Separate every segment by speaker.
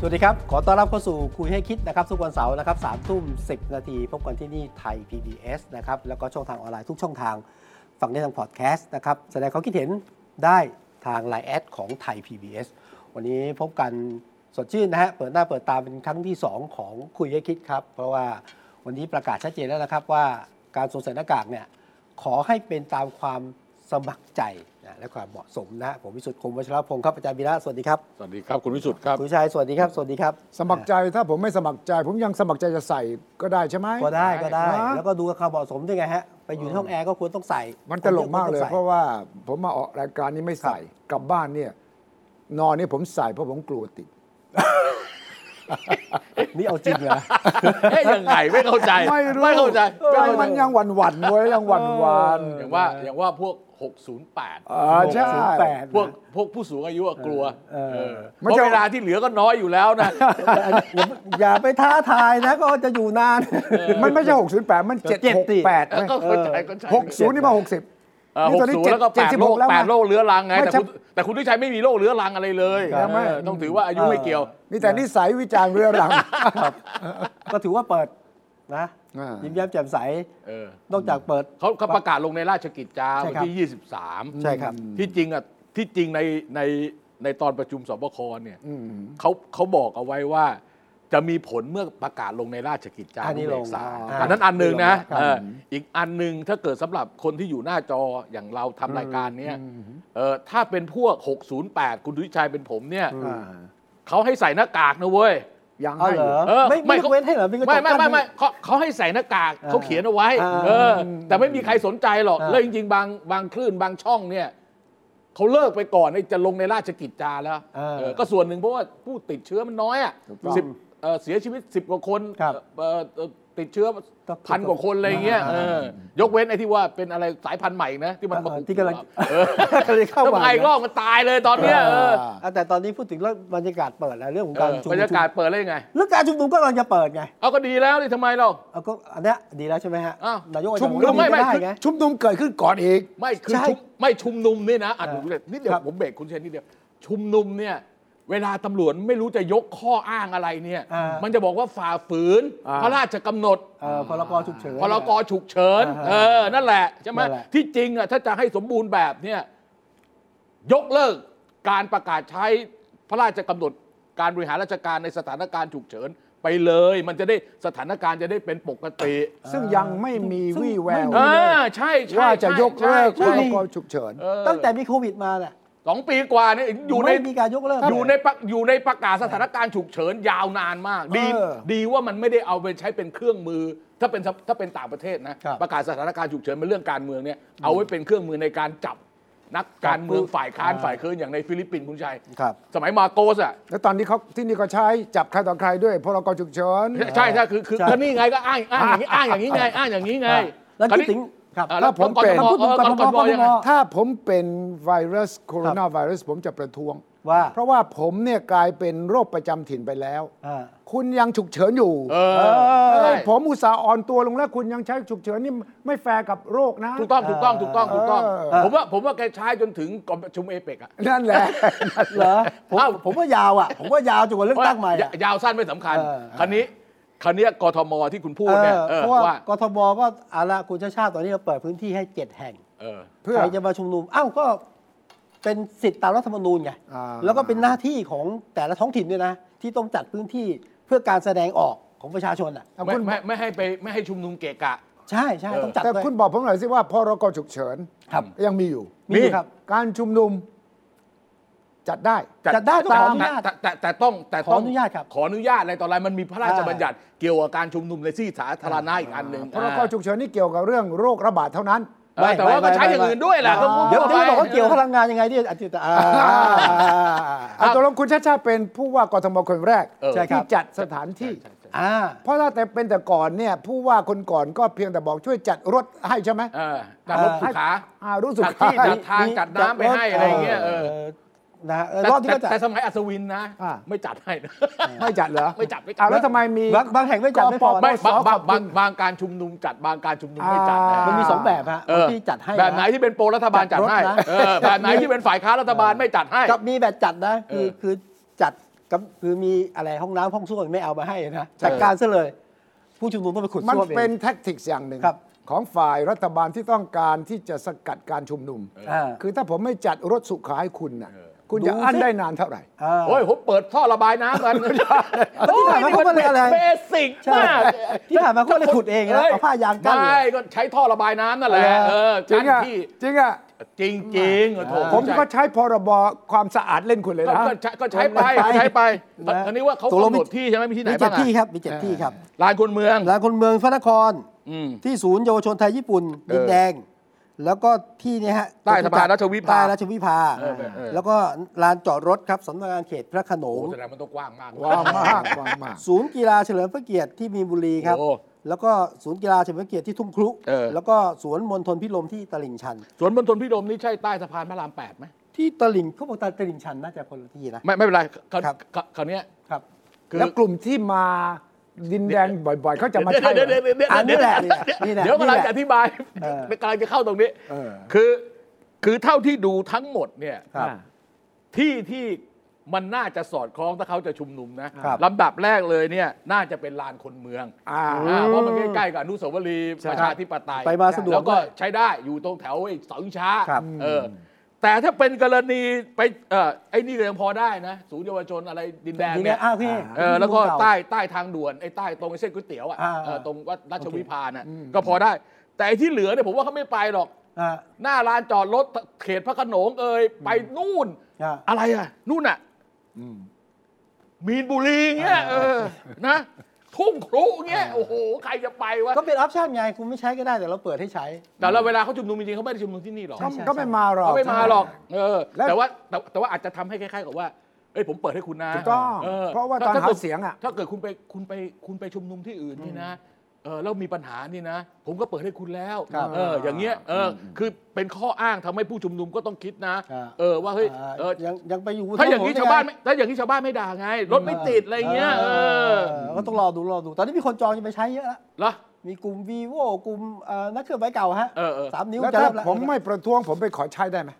Speaker 1: สวัสดีครับ ขอต้อนรับเข้าสู่คุยให้คิดนะครับ ทุกวันเสาร์นะครับสามทุ่มสินาที พบกันที่นี่ไทย PBS นะครับ แล้วก็ช่องทางออนไลน์ทุกช่องทาง ฝั่งได้ทางพอดแคสต์นะครับ แสดงความคิดเห็นได้ทางไลน์แอดของไทย PBS วันนี้พบกันสดชื่นนะฮะ เปิดหน้าเปิดตาเป็นครั้งที่ 2 ของคุยให้คิดครับ เพราะว่าวันนี้ประกาศชัดเจนแล้วนะครับว่าการสวมใส่หน้ากากเนี่ย ขอให้เป็นตามความสมัครใจนะและความเหมาะสมนะฮะผมวิสุทธิ์คมวัชรพงศ์ครับอาจารย์บีระสวัสดีครับ
Speaker 2: สวัสดีครับคุณวิสุทธ์ครับ
Speaker 1: คุณชัยสวัสดีครับสวัสดีครับ
Speaker 3: สมัครใจถ้าผมไม่สมัครใจ ผมยังสมัครใจจะใส่ก็ได้ใช่ไหม
Speaker 1: ก็ได้ก็ได้
Speaker 3: นะ
Speaker 1: แล้วก็ดูกับความเหมาะสมด้วยไงฮะ ไปอยู่ที่ห้องแอร์ก็ควรต้องใส่
Speaker 3: มันตลกมากเลย เพราะว่าผมมาออกรายการนี้ไม่ใส่กลับบ้านเนี่ย นอนเนี่ยผมใส่เพราะผมกลัวติด
Speaker 1: นี่เอาจริงเหรอ
Speaker 2: เอ๊ยยังไงไม่เข้าใจ
Speaker 3: ไม่รู้
Speaker 2: เข้าใจ
Speaker 3: ใจมันยังหวั่นหวั่นๆเว้ยยังหวั่นหวั่น
Speaker 2: อย่างว่าอย่างว่าพวก 608
Speaker 3: เออใช่
Speaker 1: 608
Speaker 2: พวกพวกผู้สูงอายุอะกลัว
Speaker 1: เออ
Speaker 2: เออเพ
Speaker 3: มันจะ
Speaker 2: ราะเวลาที่เหลือก็น้อยอยู่แล้วนะ
Speaker 1: อย่าอย่าไปท้าทายนะ ก็จะอยู่นาน
Speaker 3: มันไม่ใช่หกศูนย์แปดมัน
Speaker 1: เจ็
Speaker 3: เจ็
Speaker 1: ด
Speaker 3: ด
Speaker 1: สิ
Speaker 3: หกแปด
Speaker 2: ก็ เข้าใจก็ใช่
Speaker 3: หกศูนย์นี่มาหกสิบ
Speaker 2: เออ
Speaker 3: นี่
Speaker 2: หกศูน
Speaker 3: ตอนนี้
Speaker 2: ย์แล้วก็แปด
Speaker 3: เจ็ดสิบ
Speaker 2: โร
Speaker 3: ห
Speaker 2: ค
Speaker 3: กแล้วนะ
Speaker 2: แปดโรคเรื้อรังไง
Speaker 3: ไม่
Speaker 2: แต่
Speaker 3: ใช่
Speaker 2: คุณแต่คุณวิชัยไม่มีโรคเรื้อรังอะไรเลย
Speaker 3: ใช่ไหม
Speaker 2: เออต้องถือว่าอายุไม่เกี่ยว
Speaker 3: มีแต่นิสัยวิจารณ์เรือรัง
Speaker 1: ก็ถือว่าเปิดนะ
Speaker 3: อ่ายิ้
Speaker 1: ยิ้มแย้มแจ่มใส
Speaker 2: เออ
Speaker 1: นอกจากเปิด
Speaker 2: เขาเขาประกาศลงในราชกิจจา
Speaker 1: ใช่
Speaker 2: วัน
Speaker 1: ครับ
Speaker 2: ที่ 23
Speaker 1: ใช่ครับ
Speaker 2: ที่จริงอ่ะที่จริงในในในตอนประชุมสบคเนี่ยเขาเขาบอกเอาไว้ว่า จะมีผลเมื่อประกาศลงในราชกิจจา
Speaker 1: อันนี้
Speaker 2: นุเบกษา
Speaker 1: ลงมา
Speaker 2: อันนั้นอันหนึ่งนะ
Speaker 1: อันนี้ลงมา
Speaker 2: เอออีกอันหนึ่งถ้าเกิดสำหรับคนที่อยู่หน้าจออย่างเราทำรายการเนี่ยเออถ้าเป็นพวก 608 คุณดุชัยเป็นผมเนี่ย
Speaker 1: อ่า
Speaker 2: เขาให้ใส่หน้ากากนะเว้ย
Speaker 3: ยัง
Speaker 1: เอา
Speaker 3: ให้
Speaker 1: เหรอ
Speaker 2: เออ
Speaker 1: ไม่
Speaker 2: ไม่
Speaker 1: ไม่ยก
Speaker 2: เขา
Speaker 1: เว้นให้เหรอมีกระจก
Speaker 2: ไม่ไม่
Speaker 1: กั้
Speaker 2: ไม่
Speaker 1: น
Speaker 2: ไม่เขาเขาให้ใส่หน้ากาก
Speaker 1: อ่า
Speaker 2: เขาเขียนเอาไว้
Speaker 1: อ่า
Speaker 2: เออ แต่ไม่มีใครสนใจหรอก
Speaker 1: อ่า
Speaker 2: แล้วจริงๆ บางบางคลื่นบางช่องเนี่ยเขาเลิกไปก่อนไอ้จะลงในราชกิจจาแล้วเออก็ส่วนหนึ่งเพราะว่าผู้ติดเชื้อมันน้อยอ่ะสิบเอ่อเสียชีวิตสิบกว่าคน
Speaker 1: ครับ
Speaker 2: เอ่อเอ่อติดเชื้อ
Speaker 1: ต้อง
Speaker 2: พันกว่าคนอะไรเงี้ย
Speaker 1: อ่า
Speaker 2: เออยกเว้นไอ้ที่ว่าเป็นอะไรสายพันธุ์ใหม่นะที่มันมา
Speaker 1: อ่า
Speaker 2: ขู่
Speaker 1: ที่กำลัง
Speaker 2: เออก
Speaker 1: ำลังเข้า
Speaker 2: แล้ว
Speaker 1: มา
Speaker 2: ไอ้รอบมันตายเลยตอนเนี้ยเออ
Speaker 1: อ่าแต่ตอนนี้พูดถึงเรื่องบรรยากาศเปิดแล้วเรื่องของ
Speaker 2: เอ
Speaker 1: การ
Speaker 2: อ
Speaker 1: ชุม
Speaker 2: บรร
Speaker 1: นุ
Speaker 2: ยาม กาศเปิดได้ยังไง
Speaker 1: เรื่องการชุมนุมก็กำลังจะเปิดไง
Speaker 2: เอาก็ดีแล้วนี่ทำไมเรา
Speaker 1: เอาก็อันเนี้ยดีแล้วใช่ไหมฮะ
Speaker 2: อ้าว
Speaker 1: นายกอาจ
Speaker 3: ชุ
Speaker 1: จะบอก
Speaker 3: มนุม
Speaker 1: ว่าไม่ได้ไง
Speaker 3: ชุมนุมเกิดขึ้นก่อนอีก
Speaker 2: ไม่คือ
Speaker 1: ใช่
Speaker 2: ชุมไม่ชุมนุมเนี่ยนะอ่ะ
Speaker 1: อ่า
Speaker 2: ดูเลยนิดเดียว
Speaker 1: ครับ
Speaker 2: ผมเบรกคุณเชนนิดเดียวชุมนุมเนี่ยเวลาตำรวจไม่รู้จะยกข้ออ้างอะไรเนี่ย
Speaker 1: อ่ามั
Speaker 2: มันจะบอกว่าฝ่าฝืน
Speaker 1: อ่า
Speaker 2: พระราชกำหนด
Speaker 1: เอ่อพรกฉุกเฉิน
Speaker 2: พรกฉุกเฉิน
Speaker 1: อ่าฮะ
Speaker 2: เออนั่นแหละใช่ไหม
Speaker 1: นั่นแหละ
Speaker 2: ที่จริงอ่ะถ้าจะให้สมบูรณ์แบบเนี่ยยกเลิกการประกาศใช้พระราชกำหนดการบริหารราชการในสถานการณ์ฉุกเฉินไปเลย มันจะได้สถานการณ์จะได้เป็นปกติ
Speaker 3: ซึ่งยังไม่มีวี่แวว
Speaker 2: เออใช่ใช่
Speaker 3: ว่าจะ
Speaker 2: ใช่
Speaker 3: ยกเลิกพ
Speaker 2: ใช่
Speaker 3: ร
Speaker 2: ใช่
Speaker 3: กฉุกเฉิน
Speaker 2: เออ
Speaker 1: ตั้งแต่มีโควิดมาเนี่ย
Speaker 2: สองปีกว่าเนี่ยอยู่ใน
Speaker 1: ไม่มีการยกเลิก
Speaker 2: อยู่ในประอยู่ในประกาศสถานการณ์ฉุกเฉินยาวนานมาก ดี
Speaker 3: เออ
Speaker 2: ดีว่ามันไม่ได้เอาไปใช้เป็นเครื่องมือ ถ้าเป็นถ้าเป็นต่างประเทศนะ
Speaker 1: ครับ
Speaker 2: ประกาศสถานการณ์ฉุกเฉินเป็นเรื่องการเมืองเนี่ยเอาไว้เป็นเครื่องมือในการจับนักการเมืองฝ่ายค้านฝ่ายเคืนอย่างในฟิลิปปินส์คุณชัย
Speaker 1: ครับ
Speaker 2: สมัยมาโกสอ่ะ
Speaker 3: แล้วตอนนี้เขาที่นี่ก็ใช้จับใครต่อใครด้วยพรกฉุกเฉิน
Speaker 2: ใช่ใช่ใช่คือคือ
Speaker 1: ใช่
Speaker 2: ก็นี่ไงก็อ้างอ้างอย่างนี้อ้างอย่างนี้ไงอ้างอย่างนี้ไง
Speaker 1: แล้วคิดถึงค
Speaker 2: ราวนี้
Speaker 1: รับ
Speaker 2: เออ
Speaker 3: ถ้าผม
Speaker 2: กท
Speaker 3: เป็น
Speaker 2: มเออก
Speaker 1: กทม
Speaker 2: ทม
Speaker 1: กทม
Speaker 2: ยังไง
Speaker 3: ถ้าผมเป็นไวรัสโคโรนาไวรัสผมจะประท้วง
Speaker 1: ว่า
Speaker 3: เพราะว่าผมเนี่ยกลายเป็นโรคประจำถิ่นไปแล้ว
Speaker 1: อ่า
Speaker 3: คุณยังฉุกเฉินอยู่
Speaker 2: เออ
Speaker 3: เอ
Speaker 2: ใช่
Speaker 3: อผมอุตส่าห์อ่อนตัวลงแล้ว คุณยังใช้ฉุกเฉินนี่ไม่แฟร์กับโรคนะ
Speaker 2: ถูกต้องถูกต้องถูกต้องถูกต้อง
Speaker 3: เออ
Speaker 2: ผมว่าผมว่าแกใช้จนถึงก่อนประชุมเอเปกอ่ะ
Speaker 3: นั่นแหละ
Speaker 1: เหรอผม
Speaker 2: เอ้า
Speaker 1: ผมว่ายาวอ่ะ ผมว่ายาวจนกว่าเลือกตั้งใหม่
Speaker 2: ยา
Speaker 1: อะ
Speaker 2: ยาวสั้นไม่สำคัญ
Speaker 1: เออ
Speaker 2: คันนี้คันนี้กทมที่คุณพูดเนี่ย
Speaker 1: เออ
Speaker 2: เออ
Speaker 1: เพราะว่า
Speaker 2: ว่าก
Speaker 1: ทมก็เอาละคุณชาติชาติตอนนี้เราเปิดพื้นที่ให้เจ็ดแห่ง
Speaker 2: เออ
Speaker 3: เพื่อ
Speaker 1: ใครจะมาชุมนุมอ้าวก็เป็นสิทธิตามรัฐธรรมนูญไง
Speaker 3: อ่า
Speaker 1: แล้วก็เป็นหน้าที่ของแต่ละท้องถิ่นด้วยนะ ที่ต้องจัดพื้นที่เพื่อการแสดงออกของประชาชนอ่ะ
Speaker 3: เอา
Speaker 2: ไม่
Speaker 3: คุณ
Speaker 2: ไม่ไม่ให้ไปไม่ให้ชุมนุมเกะกะ
Speaker 1: ใช่ใช่ต้องจัด
Speaker 3: แต่
Speaker 1: ด้วย
Speaker 3: คุณบอกผมหน่อยสิว่าพรกฉุกเฉิน
Speaker 1: ครับ
Speaker 3: ยังมีอยู่
Speaker 1: มีอยู่ครับ
Speaker 3: การชุมนุมจัดได้
Speaker 1: จัดได้ต้องขออนุญาต
Speaker 2: แต่แต่แต่แต่ต้องแต่
Speaker 1: ขอ
Speaker 2: ต้อง
Speaker 1: อนุญาตครับ
Speaker 2: ขออนุญาตอะไรต่ออะไรมันมีพระราชบัญญัติเกี่ยวกับการชุมนุมในที่สาธารณะอีกอันหนึ่ง
Speaker 3: พรกฉุกเฉินนี่เกี่ยวกับเรื่องโรคระบาดเท่านั้น
Speaker 2: เออแต่ว่าก็ใช้อย่างอื่นด้วยแหละก็พู
Speaker 1: เดี๋ยวเดี๋ยว
Speaker 2: ไป
Speaker 1: บอกว่าเกี่ยวพลังงานยังไงดิอา จารย์อ่า
Speaker 3: อ่าตกลงคุณชาติชาติเป็นผู้ว่ากทมคนแรก
Speaker 2: เออ
Speaker 1: ใช่ ครับ
Speaker 3: ที่จัดสถานที่
Speaker 2: ใช่ใช่
Speaker 1: อ่า
Speaker 3: เพราะถ้าแต่เป็นแต่ก่อนเนี่ยผู้ว่าคนก่อนก็เพียงแต่บอกช่วยจัดรถให้ใช่ไหม
Speaker 2: เออจัดรถสุขา
Speaker 3: อ่ารู้สึก
Speaker 2: จัดที่
Speaker 3: ให้
Speaker 2: จัดทางจัดน้ำไปให้อะไรเงี้ยเออ
Speaker 1: นะฮะเออ
Speaker 2: แต่
Speaker 1: รอบที่
Speaker 2: แต่
Speaker 1: ก็จัด
Speaker 2: แต่สมัยอัศวินนะ
Speaker 3: อ่า
Speaker 2: ไม่จัดให้นะ
Speaker 3: ไม่จัดเหรอ
Speaker 2: ไม่จัดไม่จัด
Speaker 3: อ่าแล้วทำไมมี
Speaker 1: บางบางแห่งไม่จัดไม่พอ
Speaker 3: ก็
Speaker 2: ไม่
Speaker 1: นะ
Speaker 2: บาง
Speaker 3: ข
Speaker 2: บา
Speaker 3: อง บคุณ
Speaker 2: บางบางการชุมนุมจัดบางการชุมนุมไม่จัดนะ
Speaker 3: อ่า
Speaker 1: มันมีสองแบบฮะ
Speaker 2: เออ
Speaker 1: า
Speaker 2: บ
Speaker 1: งที่จัดให้
Speaker 2: แบบไหนะ ที่เป็นโปรรัฐบาลจัดให้
Speaker 1: จัดรถนะ
Speaker 2: เออแบบไหนที่เป็นฝ่ายค้านรัฐบาลไม่จัดให้
Speaker 1: กับมีแบบจัดนะคือ
Speaker 2: เออ
Speaker 1: คือจัดกับคือมีอะไรห้องน้ำห้องส้วมไม่เอามาให้นะ
Speaker 2: ใช่
Speaker 1: จัดการซะเลย ผู้ชุมนุมต้องไปขุด
Speaker 3: มัน
Speaker 1: ส้วมเอง
Speaker 3: เป็นแท็กติกอย่างหนึ่ง
Speaker 1: ครับ
Speaker 3: ของฝ่ายรัฐบาลที่ต้องการที่จะสกัดการชุมนุม
Speaker 1: อ่า
Speaker 3: คือถ้าผมไม่จัดรถสุขาให้คุณน่ะ คุณจะ
Speaker 1: ดูสิ
Speaker 3: อั้นได้นานเท่าไหร่
Speaker 1: อ่า
Speaker 2: โอ้ยผมเปิดท่อระบายน้ำกัน
Speaker 1: แล้ว ที่ผ่านมาเขาก็เลยอะไร
Speaker 2: เบสิก
Speaker 1: ใช่
Speaker 2: มาก
Speaker 1: ที่ผ่านมาก็เลยขุดเองนะเอาผ้ายางกั้นเลย
Speaker 2: ไม่ก็ใช้ท่อระบายน้ำนั่นแหละ เออ
Speaker 3: จริ
Speaker 2: กั้
Speaker 3: ง
Speaker 2: น
Speaker 3: อ่ะ
Speaker 2: ที่
Speaker 3: จริงอ่ะ
Speaker 2: จริงจริงๆเออโถ
Speaker 3: ผมก็ใช้พรบความสะอาดเล่นคุณเลย
Speaker 2: ก็
Speaker 3: นะ
Speaker 2: ก็ใช้ก็ใช้ไปก็ใช้ไป
Speaker 1: นะ
Speaker 2: อันนี้ว่าเขา
Speaker 1: ตกลง
Speaker 2: กำหนด
Speaker 1: มี
Speaker 2: ที่ใช่ไหมมีที่ไหน
Speaker 1: มีเจ็
Speaker 2: บ้า
Speaker 1: ด
Speaker 2: งอะ
Speaker 1: ที่ครับมีเจ็ดที่ครับ
Speaker 2: ลานคนเมือง
Speaker 1: แล้วคนเมืองพระนคร
Speaker 2: อืม
Speaker 1: ที่ศูนย์เยาวชนไทยญี่ปุ่น
Speaker 2: เออ
Speaker 1: ดินแดง แล้วก็ที่เนี่ยฮะ
Speaker 2: ใต้สะพานราชวิภา
Speaker 1: ใต้ราชวิภา
Speaker 2: เออเออเออ
Speaker 1: แล้วก็ลานจอดรถครับสำนักงานเขตพระโขน
Speaker 2: โอ้
Speaker 1: ง
Speaker 2: แสดงมันต้องกว้างมาก
Speaker 3: ว้าวมากว้าวมาก
Speaker 1: ศูนย์กีฬาเฉลิมพระเกียรติที่มีนบุรีครับ
Speaker 2: โอ้
Speaker 1: แล้วก็ศูนย์กีฬาเฉลิมพระเกียรติที่ทุ่งครุ
Speaker 2: เออ
Speaker 1: แล้วก็สวนมณฑลพิรมที่ตลิ่งชัน
Speaker 2: สวนบนทนพิรมนี่ใช่ใต้สะพานพระรามแปดไหม
Speaker 1: ที่ตลิ่งเขาบอกตาตลิ่งชันน่าจะคนละที่นะ
Speaker 2: ไม่ไม่เป็นไรคราว
Speaker 1: ครับ
Speaker 2: คราวคราวเนี้ย
Speaker 1: ครับ
Speaker 2: คือ
Speaker 3: แล้วกลุ่มที่มาดินแดงบ่อยๆ เขาจะมาใช่เหร
Speaker 2: เดี๋ยวเดี๋ยว
Speaker 3: อ
Speaker 2: เดี๋ยวเดี๋ยว
Speaker 1: อันนี้แหละนี่แหละ
Speaker 2: เดี๋ยวกำลัง
Speaker 1: นี่แหละ
Speaker 2: จะอธิบาย
Speaker 1: เออ
Speaker 2: กำลังจะเข้าตรงนี้
Speaker 3: เออ
Speaker 2: คือคือเท่าที่ดูทั้งหมดเนี่ย
Speaker 1: ครับ
Speaker 2: ที่ที่มันน่าจะสอดคล้องถ้าเขาจะชุมนุมนะครับ ลำดับแรกเลยเนี่ยน่าจะเป็นลานคนเมือง
Speaker 3: อ่า
Speaker 2: อ่าเพราะมันใกล้ๆกับอนุสาวรีย์ประชาธิปไตย
Speaker 1: ไปมาสะดวก
Speaker 2: แล้วก็
Speaker 1: ด้วย
Speaker 2: ใช้ได้อยู่ตรงแถวไอ้เสาอิงช้า
Speaker 1: ครับ
Speaker 2: เออแต่ถ้าเป็นกรณีไปเออไอ้นี่ก็ยังพอได้นะ ศูนย์เยาวชนอะไรดินแดง
Speaker 1: ทีเนี้
Speaker 2: เนี่ย
Speaker 1: ยอ้าวพี่
Speaker 2: เออแล้วก็ใต้ใต้ทางด่วนไอ้ใต้ตรงเส้นก๋วยเตี๋ยวอ่ะ
Speaker 1: อ่า
Speaker 2: เออตรงวัดราช
Speaker 1: โอเค
Speaker 2: วิภาน่ะก็พอได้ แต่ไอ้ที่เหลือเนี่ยผมว่าเขาไม่ไปหรอก
Speaker 1: อ่า
Speaker 2: หน้าลานจอดรถเขตพระโขนงเอ่ยไปนู่น
Speaker 1: อ่า
Speaker 2: อะไรอ่ะ นู่นอ่ะมีนบุรีเงี้ยเออนะ ทุ่งครุเงี้ยโอ้โห ใครจะไปวะ
Speaker 1: ก็เป็นออปชั่นไงคุณไม่ใช้ก็ได้แต่เราเปิดให้ใช้
Speaker 2: แต่เราเวลาเขาชุมนุมจริงๆเขาไม่ได้ชุมนุมที่นี่หรอก
Speaker 3: ก็
Speaker 1: ใช่
Speaker 3: ก็ไม่มาหรอก
Speaker 2: เขาไม่มาหรอก เออ
Speaker 3: แล้ว
Speaker 2: แต่ว่าแต่แต่ว่าอาจจะทำให้คล้ายๆกับว่าเอ้ยผมเปิดให้คุณนะ
Speaker 3: ถูกต้อง
Speaker 2: ออ
Speaker 3: เพราะว่าต
Speaker 2: ถ้
Speaker 3: อนหา
Speaker 2: กิด
Speaker 3: เสียงอ่ะ
Speaker 2: ถ้าเกิดคุณไปคุณไปคุณไปชุมนุมที่อื่นนี่นะเออแล้วมีปัญหานี่นะ ผมก็เปิดให้คุณแล้ว
Speaker 1: ครับ
Speaker 2: เอออย่างเงี้ยเอออคือเป็นข้ออ้างทำให้ผู้ชุมนุมก็ต้องคิดนะ
Speaker 1: ครับ
Speaker 2: เออว่าเฮ้ย
Speaker 1: อ่า
Speaker 2: เออ
Speaker 1: ยังยังไปอยู่
Speaker 2: ถ้าอย่างนี้
Speaker 1: ถ
Speaker 2: ชาวบ้านไม่ถ้าอย่างนี้ชาวบ้านไม่ด่าไง รถไม่ติดอะไรเงี้ยเออ
Speaker 1: ก็ต้องรอดูรอดูตอนนี้มีคนจองจะไปใช้เยอะละ
Speaker 2: เหรอ
Speaker 1: มีกลุ่ม vivo กลุ่มเอ่อนักเคลื่อนไหวเก่าฮะ
Speaker 2: เออเออ
Speaker 1: สามนิ้ว
Speaker 3: แล้ว
Speaker 1: จะ
Speaker 3: ถ้า
Speaker 1: รับละ
Speaker 3: ผมไม่ประท้วงผมไปขอใช้ได้ไหม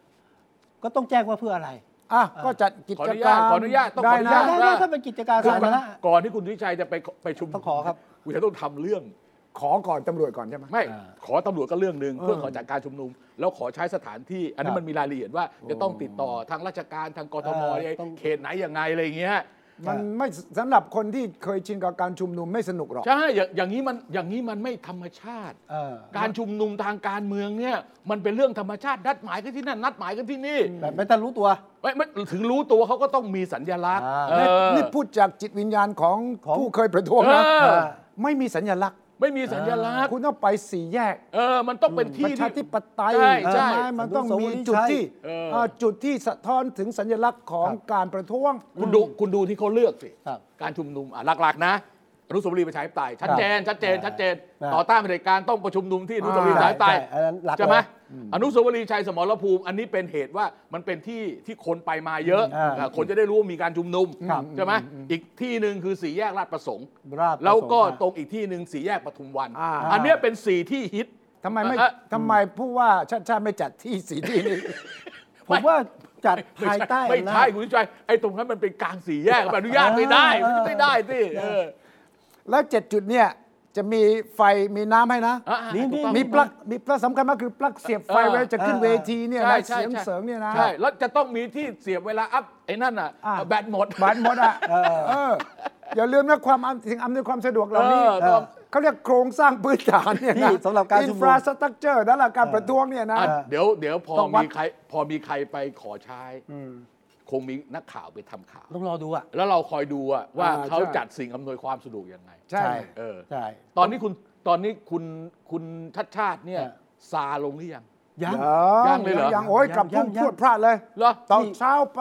Speaker 1: ก็ต้องแจ้งว่าเพื่ออะไร
Speaker 3: อ่ะก็จัดกิจ
Speaker 2: ขออนุ
Speaker 3: กร
Speaker 2: ญาร ตข
Speaker 3: ม
Speaker 2: ออนุญาตต้องข
Speaker 3: ได้
Speaker 2: ออนุ
Speaker 3: นะ
Speaker 2: ญาต
Speaker 1: ได้ได้ถ้าเป็นกิจการสาธารณะ
Speaker 2: ก่อนที่คุณทวิชัยจะไปไปชุม
Speaker 1: ต้องขอครับ
Speaker 2: คุณจะต้องทำเรื่อง
Speaker 3: ขอก่อนตำรวจก่อนใช่ไหม
Speaker 2: ไม่ขอตำรวจก็เรื่องหนึ่งเพื่อขอจัดการชุมนุม แล้วขอใช้สถานที่ อันนี้มันมีรายละเอียดว่า จะต้องติดต่อทางราชการทางกทม
Speaker 1: เออ
Speaker 2: เนี่ย
Speaker 1: ต้อง
Speaker 2: เขตไหนยังไงอะไรเงี้ย
Speaker 3: มันไม่สำหรับคนที่เคยชินกับการชุมนุมไม่สนุกหรอก
Speaker 2: ใช่อย่างอย่างนี้มันอย่างนี้มันไม่ธรรมชาติ
Speaker 1: เออ
Speaker 2: การชุมนุมทางการเมืองเนี่ยมันเป็นเรื่องธรรมชาตินัดหมายกันที่นั่นนัดหมายกันที่นี่
Speaker 1: แบบไม่ทันรู้ตัว
Speaker 2: ไม่ไม่ถึงรู้ตัวเขาก็ต้องมีสัญลักษณ์
Speaker 1: อ่า
Speaker 2: เอ
Speaker 3: นี่
Speaker 2: อ
Speaker 3: นี่พูดจากจิตวิญญาณของ
Speaker 1: ของ
Speaker 3: ผู้เคยประท้วงนะ
Speaker 2: เออ
Speaker 3: เออไม่มีสัญลักษณ์
Speaker 2: ไม่มีสัญลักษณ์
Speaker 3: คุณต้องไปสี่แยก
Speaker 2: เออ มันต้องเป็น
Speaker 3: ป
Speaker 2: ที่
Speaker 3: ระชาธิปไตย
Speaker 2: ใช่
Speaker 3: ใช่
Speaker 2: ใช่
Speaker 3: ไหมมันต้องมีจุดที่
Speaker 2: เออ
Speaker 3: เอ่อจุดที่สะท้อนถึงสัญลักษณ์ของการประท้วง
Speaker 2: คุณดูคุณดูที่เขาเลือกสิ
Speaker 1: ครับ
Speaker 2: การชุมนุมอ่ะหลักๆนะอนุสาวรีย์ประชาธิปไตยชัดเจนชัดเจนชัดเจน
Speaker 1: อ่า
Speaker 2: ต่อต้านเผด็จการต้องประชุมนุมที่อนุสาวรีย์ประ
Speaker 1: ใช่
Speaker 2: ชาธิปไตย
Speaker 1: ใช่อันนั้นหลัก
Speaker 2: ใช่ไหม
Speaker 1: เลย
Speaker 2: อนุสาวรีย์ชัยสมรภูมิ อันนี้เป็นเหตุว่ามันเป็นที่ที่คนไปมาเยอะ
Speaker 1: อ่า
Speaker 2: อ่ะคนจะได้รู้ว่ามีการชุมนุม
Speaker 1: ครับ
Speaker 2: ใช่ไหมอีกที่หนึ่งคือสี่แยกลาดประสงค์
Speaker 1: ราบประสงค์
Speaker 2: แล้วก็
Speaker 1: อ่ะ
Speaker 2: ตรงอีกที่หนึ่งสี่แยกปทุมวัน
Speaker 3: อ่า
Speaker 2: อันเนี้ยเป็นสี่ที่ฮิต
Speaker 3: ทำไมไม่
Speaker 2: เออ
Speaker 3: ทำไมผู้ว่าชาติชาติไม่จัดที่สีที่นี้
Speaker 1: ผมว่าจัด
Speaker 2: ไม่
Speaker 1: ภายใต้
Speaker 2: ไม่
Speaker 1: อำนาจ
Speaker 2: ใช่คุณชัยไอ้ตรงนั้นมันเป็นกลางสี่แยกมันอนุญาตไม่ได้
Speaker 1: เออ
Speaker 2: ไม่ได้สิเออ
Speaker 3: แล้วเจ็ดจุดเนี่ยจะมีไฟมีน้ำให้นะ
Speaker 2: อ่ะ
Speaker 1: นี่นี่
Speaker 2: ถูกต้อง
Speaker 3: มีปลั๊กมีปลั๊กสำคัญมากคือปลั๊กเสียบไฟ
Speaker 2: เออ
Speaker 3: ไว้จะขึ้น
Speaker 1: เออ
Speaker 3: เวทีเนี่ย
Speaker 2: ใช่
Speaker 3: นะ
Speaker 2: ใช่
Speaker 3: เสียง
Speaker 2: ใช่
Speaker 3: เสริงเนี่ยนะ
Speaker 2: ใช่แล้วจะต้องมีที่เสียบเวลาอัพไอ้นั่นอ่ะ
Speaker 3: อ่ะ
Speaker 2: แบตหมด
Speaker 3: บัตรหมดอ่ะเอออย่าลืมนะความอำสิ่งอำนวยความสะดวกเห
Speaker 2: เอ
Speaker 3: ล่านี้
Speaker 2: อต้อง
Speaker 3: เขาเรียกโครงสร้างพื้นฐานเนี่ย
Speaker 1: ที่
Speaker 3: นะ
Speaker 1: สำหรับการชุมนุ
Speaker 3: อิน
Speaker 1: ม
Speaker 3: ฟราสตรักเจอร์นั่นแหละการประท้วงเนี่ยนะ
Speaker 2: อ่ะเดี๋ยวเดี๋ยวพอ
Speaker 3: ต้องวัด
Speaker 2: มีใครพอมีใครไปขอใช้
Speaker 1: อืม
Speaker 2: คงมีนักข่าวไปทำข่าว
Speaker 1: ต้องรอดูอ่ะ
Speaker 2: แล้วเราคอยดูอะว่า
Speaker 3: อ่า
Speaker 2: เขา
Speaker 3: ใช่
Speaker 2: จัดสิ่งอำนวยความสะดวกยังไง
Speaker 3: ใช่
Speaker 1: ใช่
Speaker 2: เออ
Speaker 1: ใช่
Speaker 2: ตอนนี้คุณตอนนี้คุณคุณชัดชาติเนี่ย
Speaker 1: อ่ะ
Speaker 2: ซาลงหรือยัง
Speaker 1: ยัง
Speaker 3: ยั
Speaker 2: ยั
Speaker 3: ง
Speaker 2: งเลยเหรอ
Speaker 3: ยังโอ้ย
Speaker 1: ยัง
Speaker 3: กลับพุ่ง
Speaker 1: ยัง
Speaker 3: พูดพลาดเลย
Speaker 2: เหรอ
Speaker 3: ตอนเช้าไป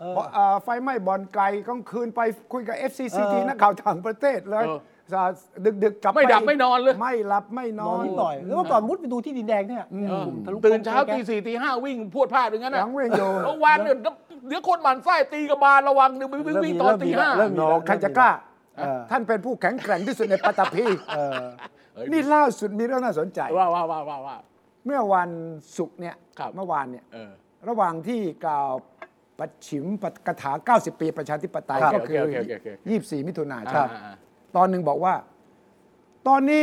Speaker 1: เออ
Speaker 3: เพราะอ่าไฟไหม้บ่อนไก่กลางคืนไปคุยกับ FCCT
Speaker 1: เออ
Speaker 3: นักข่าวต่างประเทศเลย
Speaker 2: เออ
Speaker 3: ดึกดึกๆกลับ
Speaker 2: ไม่ดับไม่นอนเลย
Speaker 3: ไม่หลับไม่น
Speaker 1: น
Speaker 3: อ
Speaker 1: อน
Speaker 3: น
Speaker 1: นิดหน่อยแล้วเมื่อก่อนมุดไปดูที่ดินแดงเนี่ย
Speaker 2: เออ
Speaker 1: ทะลุ
Speaker 2: ตื่นเช้า
Speaker 1: แก๊
Speaker 2: ตี
Speaker 1: ส
Speaker 2: สี่ตีห้าวิ่งพรวดพลาดอย่างนั้น
Speaker 3: ห
Speaker 2: นะ
Speaker 3: ลังเวงโย
Speaker 2: แล้ววันเนี่ยเดี๋ยวคนหมั่นไส้ตีกระบาลระวังเดี๋ยววิ่งวิ่งวิ่งตอนตีห้า
Speaker 1: เริ่มมี
Speaker 3: โน
Speaker 1: แล้ว
Speaker 3: ใครจะกล้า
Speaker 1: เออ
Speaker 3: ท่านเป็นผู้แข็งแกร่งที่สุดในปัตตภี
Speaker 1: เออ
Speaker 3: นี่ล่าสุดมีเรื่องน่าสนใจ
Speaker 2: ว่าว่าว่าว่าว่า
Speaker 3: เมื่อวันศุกร์เนี่ย
Speaker 2: ครับ
Speaker 3: เมื่อวานเนี่ย
Speaker 2: เออ
Speaker 3: ระหว่างที่กล่าวปัดฉิมปัดกถา 90 ปีประชาธิปไตย
Speaker 1: ครับ
Speaker 3: ก็คือ
Speaker 2: โอเคโอเคโอเคโอเค
Speaker 3: 24 มิถุนา
Speaker 1: ครั
Speaker 3: ใช่
Speaker 1: บ
Speaker 2: อ่าอ่า
Speaker 3: ตอนหนึ่งบอกว่า ตอนนี้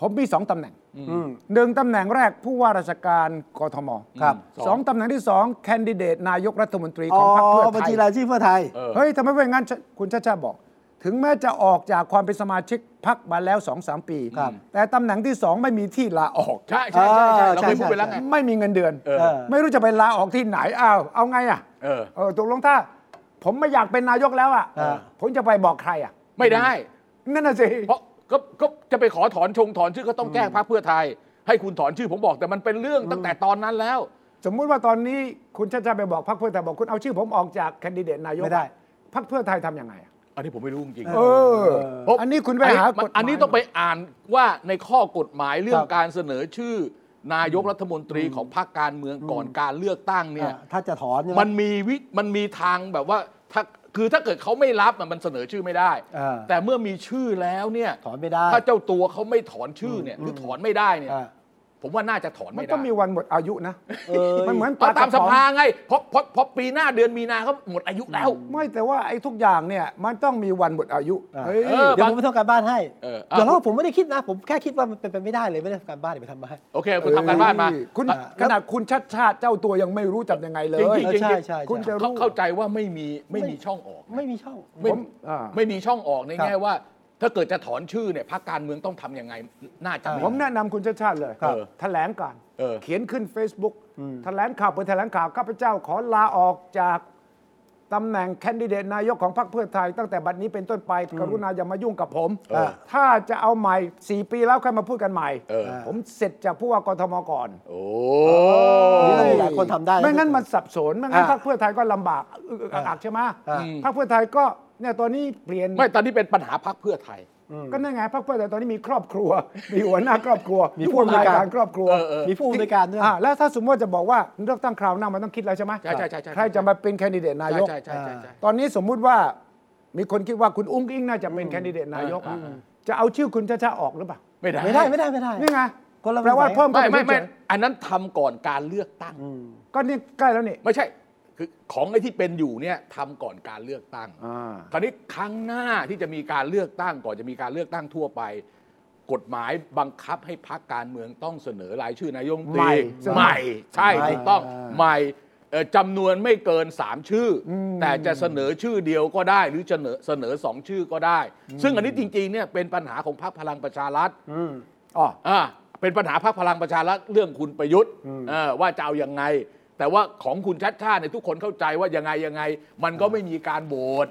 Speaker 3: ผมมีสองตำแหน่ง
Speaker 1: อืม
Speaker 3: หนึ่งตำแหน่งแรกผู้ว่าราชการกทม
Speaker 1: ครับ
Speaker 3: สองตำแหน่งที่สองแคนดิเดตนายกรัฐมนตรี
Speaker 1: อ๋อ
Speaker 3: ของพรรคเพื่อ
Speaker 1: บัญ
Speaker 3: ไท
Speaker 1: ชี
Speaker 3: ย
Speaker 1: รายชื่อเพื่อไทย
Speaker 2: เออ
Speaker 3: เฮ้ยทำไมเป็นอย่างนั้นคุณชาติชาติบอก ถึงแม้จะออกจากความเป็นสมาชิกพรรคมาแล้วสองสามปี
Speaker 1: ครับ
Speaker 3: แต่ตำแหน่งที่สองไม่มีที่ลาออก
Speaker 2: ใช่ใช่ใช่ใช่
Speaker 1: เออ
Speaker 2: เราเคย
Speaker 1: ใช่
Speaker 2: พูดไปแล้วไง
Speaker 3: ไม่มีเงินเดือน
Speaker 2: เออ
Speaker 3: ไม่รู้จะไปลาออกที่ไหนอ้าวเอาไงอ่ะ
Speaker 2: เออ
Speaker 3: เออตกลงถ้า ผมไม่อยากเป็นนายกแล้วอ่ะ
Speaker 1: เออ
Speaker 3: ผมจะไปบอกใครอ่ะ
Speaker 2: ไม่ได้
Speaker 3: นั่นน่ะสิ
Speaker 2: เพราะก็ก็จะไปขอถอนชงถอนชื่อก็ต้องแจ้งพรรคเพื่อไทย ให้คุณถอนชื่อผมบอกแต่มันเป็นเรื่องตั้งแต่ตอนนั้นแล้ว
Speaker 3: สมมุติว่าตอนนี้คุณชาติชาติไปบอกพรรคเพื่อไทยบอกคุณเอาชื่อผมออกจากแคนดิเดตนายก
Speaker 1: ไม่ได้
Speaker 3: พรรคเพื่อไทยทำยังไงอะ
Speaker 2: อันนี้ผมไม่รู้จริง
Speaker 3: เออ
Speaker 2: เพราะ
Speaker 3: อันนี้คุณไปหากฎหมาย
Speaker 2: อันนี้ต้องไปอ่านว่าในข้อกฎหมายเรื่อง
Speaker 1: ครับ
Speaker 2: การเสนอชื่อนายกรัฐมนตรีของพรรคการเมืองก่อนการเลือกตั้งเนี่ย
Speaker 1: อ่ะถ้าจะถอนใช่ไหม
Speaker 2: มันมีวิมันมีทางแบบว่าถ้าคือถ้าเกิดเขาไม่รับอะมันเสนอชื่อไม่ได้
Speaker 1: เออ
Speaker 2: แต่เมื่อมีชื่อแล้วเนี่ย
Speaker 1: ถอนไม่ได้
Speaker 2: ถ้าเจ้าตัวเขาไม่ถอนชื่อเนี่ยหรือถอนไม่ได้เนี่ย
Speaker 1: อ่ะ
Speaker 2: ผมว่าน่าจะถอน
Speaker 3: มัน
Speaker 2: ไม่ได้
Speaker 3: ก็มีวันหมดอายุนะ
Speaker 1: เอ้ย
Speaker 3: มันเหมือนป
Speaker 2: เอา
Speaker 3: ลาก
Speaker 2: ตาม
Speaker 3: ระ
Speaker 2: ส
Speaker 3: ป๋อง
Speaker 2: ภาไงเพราะเพราะเพราะปีหน้าเดือนมีนาเขาหมดอายุแล้ว
Speaker 3: ไม่แต่ว่าไอ้ทุกอย่างเนี่ยมันต้องมีวันหมดอายุ
Speaker 1: อ่ะ
Speaker 3: เฮ้ย
Speaker 2: เออ
Speaker 1: เดี๋ยวผมไปทำการบ้านให้
Speaker 2: เออ
Speaker 1: เดี๋ยวเราผมไม่ได้คิดนะ ผมแค่คิดว่ามันเป็นไปไม่ได้เลยไม่ได้ทำการบ้านเดี๋ยวไปทำมาให้
Speaker 2: โอเคคุณทำการบ้านมา
Speaker 3: คุณขนาดคุณชัดชาติเจ้าตัวยังไม่รู้จับยังไงเลย
Speaker 2: จริง
Speaker 1: เออใช่ใช่
Speaker 3: คุณจะ
Speaker 1: ใช่
Speaker 2: เขาเข้าใจว่าไม่มีไม่มีช่องออกนะ
Speaker 1: ไม่มีช่อง
Speaker 2: ไม่
Speaker 3: ผมอ่า
Speaker 2: ไม่มีช่องออกใน
Speaker 1: ครับ
Speaker 2: แง่ว่า ถ้าเกิดจะถอนชื่อเนี่ยพรรคการเมืองต้องทำยังไง น่าจะ
Speaker 1: เออ
Speaker 3: ผม
Speaker 2: ไ
Speaker 3: แนะนำคุณชาติชาติเลย
Speaker 2: ครับเออ
Speaker 3: แถลงก่อน
Speaker 2: เออ
Speaker 3: เขียนขึ้น Facebook แถลงข่าวเปิดแถลงข่าวข้าพเจ้าขอลาออกจากตำแหน่งแคนดิเดตนายกของพรรคเพื่อไทย ตั้งแต่บัดนี้เป็นต้นไป กรุณาอย่ามายุ่งกับผม
Speaker 2: เออ
Speaker 3: ถ้าจะเอาใหม่ 4 ปีแล้วค่อยมาพูดกันใหม่
Speaker 2: เออ
Speaker 3: ผมเสร็จจากผู้ว่ากทมก่อน
Speaker 2: โอ้
Speaker 1: เออหลายคนทำได้
Speaker 3: ไม่งั้นมันสับสนไม่งั้น
Speaker 1: อ่า
Speaker 3: พรรคเพื่อไทยก็ลำบากอึกอักอักใช่ไหม
Speaker 1: อ่า
Speaker 3: พรรคเพื่อไทยก็เนี่ยตอนนี้เปลี่ยน
Speaker 2: ไม่ตอนนี้เป็นปัญหาพรรคเพื่อไทย
Speaker 3: ก็นั่นไงพรรคเพื่อไทยตอนนี้มีครอบครัว มีหัวหน้าครอบครัว
Speaker 1: มีผู้อำนวยการ
Speaker 3: ครอบครัว
Speaker 2: เออเออ
Speaker 1: มีผู้อำนวยการด้วย
Speaker 3: อ่าแล้วถ้าสมมติว่าจะบอกว่าเลือกตั้งคราวหน้ามันต้องคิดแล้วใช่ไหม
Speaker 2: ใช่ใช่ใช่ใช่
Speaker 3: รจะมาเป็นแคนดิเดตนายก
Speaker 2: ใช่ใช่ใช่ใช่
Speaker 3: ตอนนี้สมมุติว่ามีคนคิดว่าคุณอุ้งอิงน่าจะเป็นแคนดิเดตนายก
Speaker 2: อืมอืม
Speaker 3: จะเอาชื่อคุณชาชาออกหรือเปล่า
Speaker 2: ไม่ได้
Speaker 1: ไม่ได้ไม่ได้ไม่ได้
Speaker 3: นี่ไง
Speaker 1: คนละ
Speaker 3: แปลว่า
Speaker 1: วิสัย
Speaker 3: เพิ่มเข้า
Speaker 2: ไม่
Speaker 3: ป
Speaker 2: ไม่ไม่
Speaker 3: เฉย
Speaker 2: อันนั้นทำก่อนการเลือกตั้ง
Speaker 1: อืม
Speaker 3: ๆก็นี่ใกล้แล้วนี่
Speaker 2: ไม่ใช่คือของไอ้ที่เป็นอยู่เนี่ยทำก่อนการเลือกตั้ง
Speaker 3: อ่า
Speaker 2: คราวนี้ครั้งหน้าที่จะมีการเลือกตั้งก่อนจะมีการเลือกตั้งทั่วไป กฎหมายบังคับให้พักการเมืองต้องเสนอรายชื่อนายกรัฐมนต
Speaker 3: ใหม่
Speaker 2: รีใหม่ ใช่
Speaker 1: ใหม่
Speaker 2: ถูกต้อง
Speaker 1: อ่า
Speaker 2: ใหม่เอ่อจำนวนไม่เกิน 3 ชื่ออแต่จะเสนอชื่อเดียวก็ได้ หรือเสนอเสนอสองชื่อก็ได้ ซึ่งอันนี้จริงๆเนี่ยเป็นปัญหาของพรรคพลังประชารัฐ
Speaker 1: อืม
Speaker 3: ๋อ
Speaker 2: อ่าเป็นปัญหาพรรคพลังประชารัฐเรื่องคุณประยุทธ์เอ่อว่าจะเอายังไง แต่ว่าของคุณชัดชาติเนี่ยทุกคนเข้าใจว่ายังไงยังไง มันก็ไม่มีการโหวต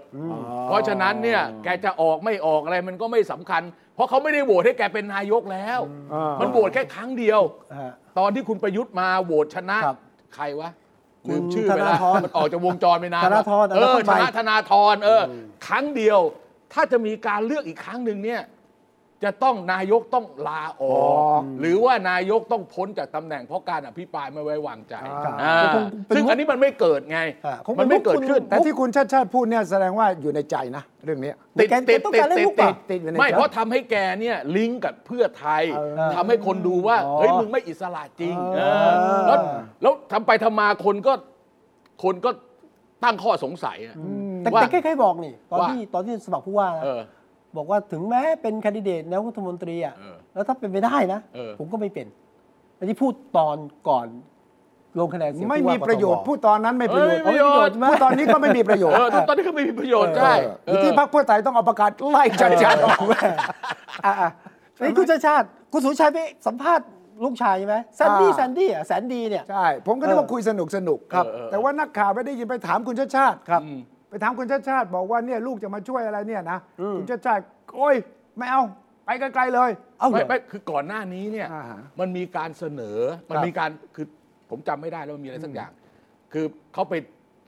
Speaker 2: เพราะฉะนั้นเนี่ยแกจะออกไม่ออกอะไรมันก็ไม่สำคัญ เพราะเขาไม่ได้โหวตให้แกเป็นนายกแล้ว
Speaker 3: อ่า
Speaker 2: มันโหวตแค่ครั้งเดียว
Speaker 1: ฮะ
Speaker 2: ตอนที่คุณประยุทธ์มาโหวตชนะ
Speaker 1: ครับ
Speaker 2: ใครวะ
Speaker 1: คุณ
Speaker 2: ลืมชื่อไปแล้
Speaker 1: ธนา
Speaker 2: ว
Speaker 1: ธร
Speaker 2: มันออกจากวงจรไปนาน
Speaker 1: ธนาธร
Speaker 2: เอ
Speaker 1: อนาค
Speaker 2: อ
Speaker 1: ต
Speaker 2: ช
Speaker 1: ใหม่
Speaker 2: นะธนาธรเอออ ครั้งเดียว ถ้าจะมีการเลือกอีกครั้งหนึ่งเนี่ยจะต้องนายกต้องลาออก หรือว่านายกต้องพ้นจากตำแหน่งเพราะการอภิปรายไม่ไว้วางใจ
Speaker 3: ครับ
Speaker 2: อ่า
Speaker 1: ก็คงเป็น
Speaker 2: ซึ่งอันนี้มันไม่เกิดไง
Speaker 1: อ่าคงเป็น
Speaker 2: มันไม่เกิดขึ้
Speaker 1: มุก
Speaker 2: น
Speaker 1: คุณ
Speaker 3: แต่ที่คุณชาติชาติพูดเนี่ยแสดงว่าอยู่ในใจนะเรื่องเนี้ย
Speaker 1: ติดแกนแกนต้องการเล่นมุกเปล่า
Speaker 2: ติดไม่เพราะทำให้แกเนี่ยลิงก์กับเพื่อไทย
Speaker 1: เออ
Speaker 2: ทำให้คนดูว่า
Speaker 1: อ๋อ
Speaker 2: เฮ้ยมึงไม่อิสระจริง
Speaker 1: เออ
Speaker 2: เออแล้วแล้วทำไปทำมาคนก็คนก็ตั้งข้อสงสัยอะ
Speaker 1: แต่
Speaker 2: ว่า
Speaker 1: แต่แค่ๆบอกนี่ ตอน
Speaker 2: ว่า
Speaker 1: ที่ตอนที่สมัครผู้ว่านะ
Speaker 2: เออ
Speaker 1: บอกว่าถึงแม้เป็นแคนดิเดตนายกรัฐมนตรีอ่ะ
Speaker 2: เออ
Speaker 1: แล้วถ้าเป็นไปได้นะ
Speaker 2: เออ
Speaker 1: ผมก็ไม่เป็น อันนี้พูดตอนก่อนลงคะแนนเสียง
Speaker 3: ไม่มี
Speaker 1: ผู้ว่ากท
Speaker 3: ประโยชน์พูดตอนนั้นไม่ประโยชน์
Speaker 2: เอ้ยไม่ประโยชน์
Speaker 3: พูดตอนนี้ก็ไม่มีประโยชน์
Speaker 2: เออตอนนี้ก็ไม่มีประโยชน์ใช่
Speaker 3: เอออยู่ที่
Speaker 2: เออ
Speaker 3: พรรคเพื่อไทยต้องเอาประกาศไล่จัดจัดออก
Speaker 1: แม่อ่ะอ่ะนี่คุณชาติชาติ คุณสุชัยไปสัมภาษณ์ลูกชายใช่ไหมแซนดี้แซนดี้อ่ะแสนดีเนี่ย
Speaker 3: ใช่ ผมก็นึกว่าคุยสนุกสนุก
Speaker 2: ครับ
Speaker 3: แต่ว่านักข่าวไม่ได้ยินไปถามคุณชาติชาติ
Speaker 1: ครับ
Speaker 2: อืม
Speaker 3: ไปถามคุณชาติชาติบอกว่าเนี่ยลูกจะมาช่วยอะไรเนี่ยนะ
Speaker 1: อืม
Speaker 3: คุณชาติชาติโอ้ยไม่เอาไปไกลๆเลย
Speaker 1: เอ้าเหร
Speaker 2: ไม่
Speaker 1: อ
Speaker 2: ไม่คือก่อนหน้านี้เนี่ย
Speaker 3: อ่าฮะ
Speaker 2: มันมีการเสนอมัน
Speaker 1: ครับ
Speaker 2: มีการคือผมจำไม่ได้แล้วมันมีอะไรสักอย่าง คือเขาไป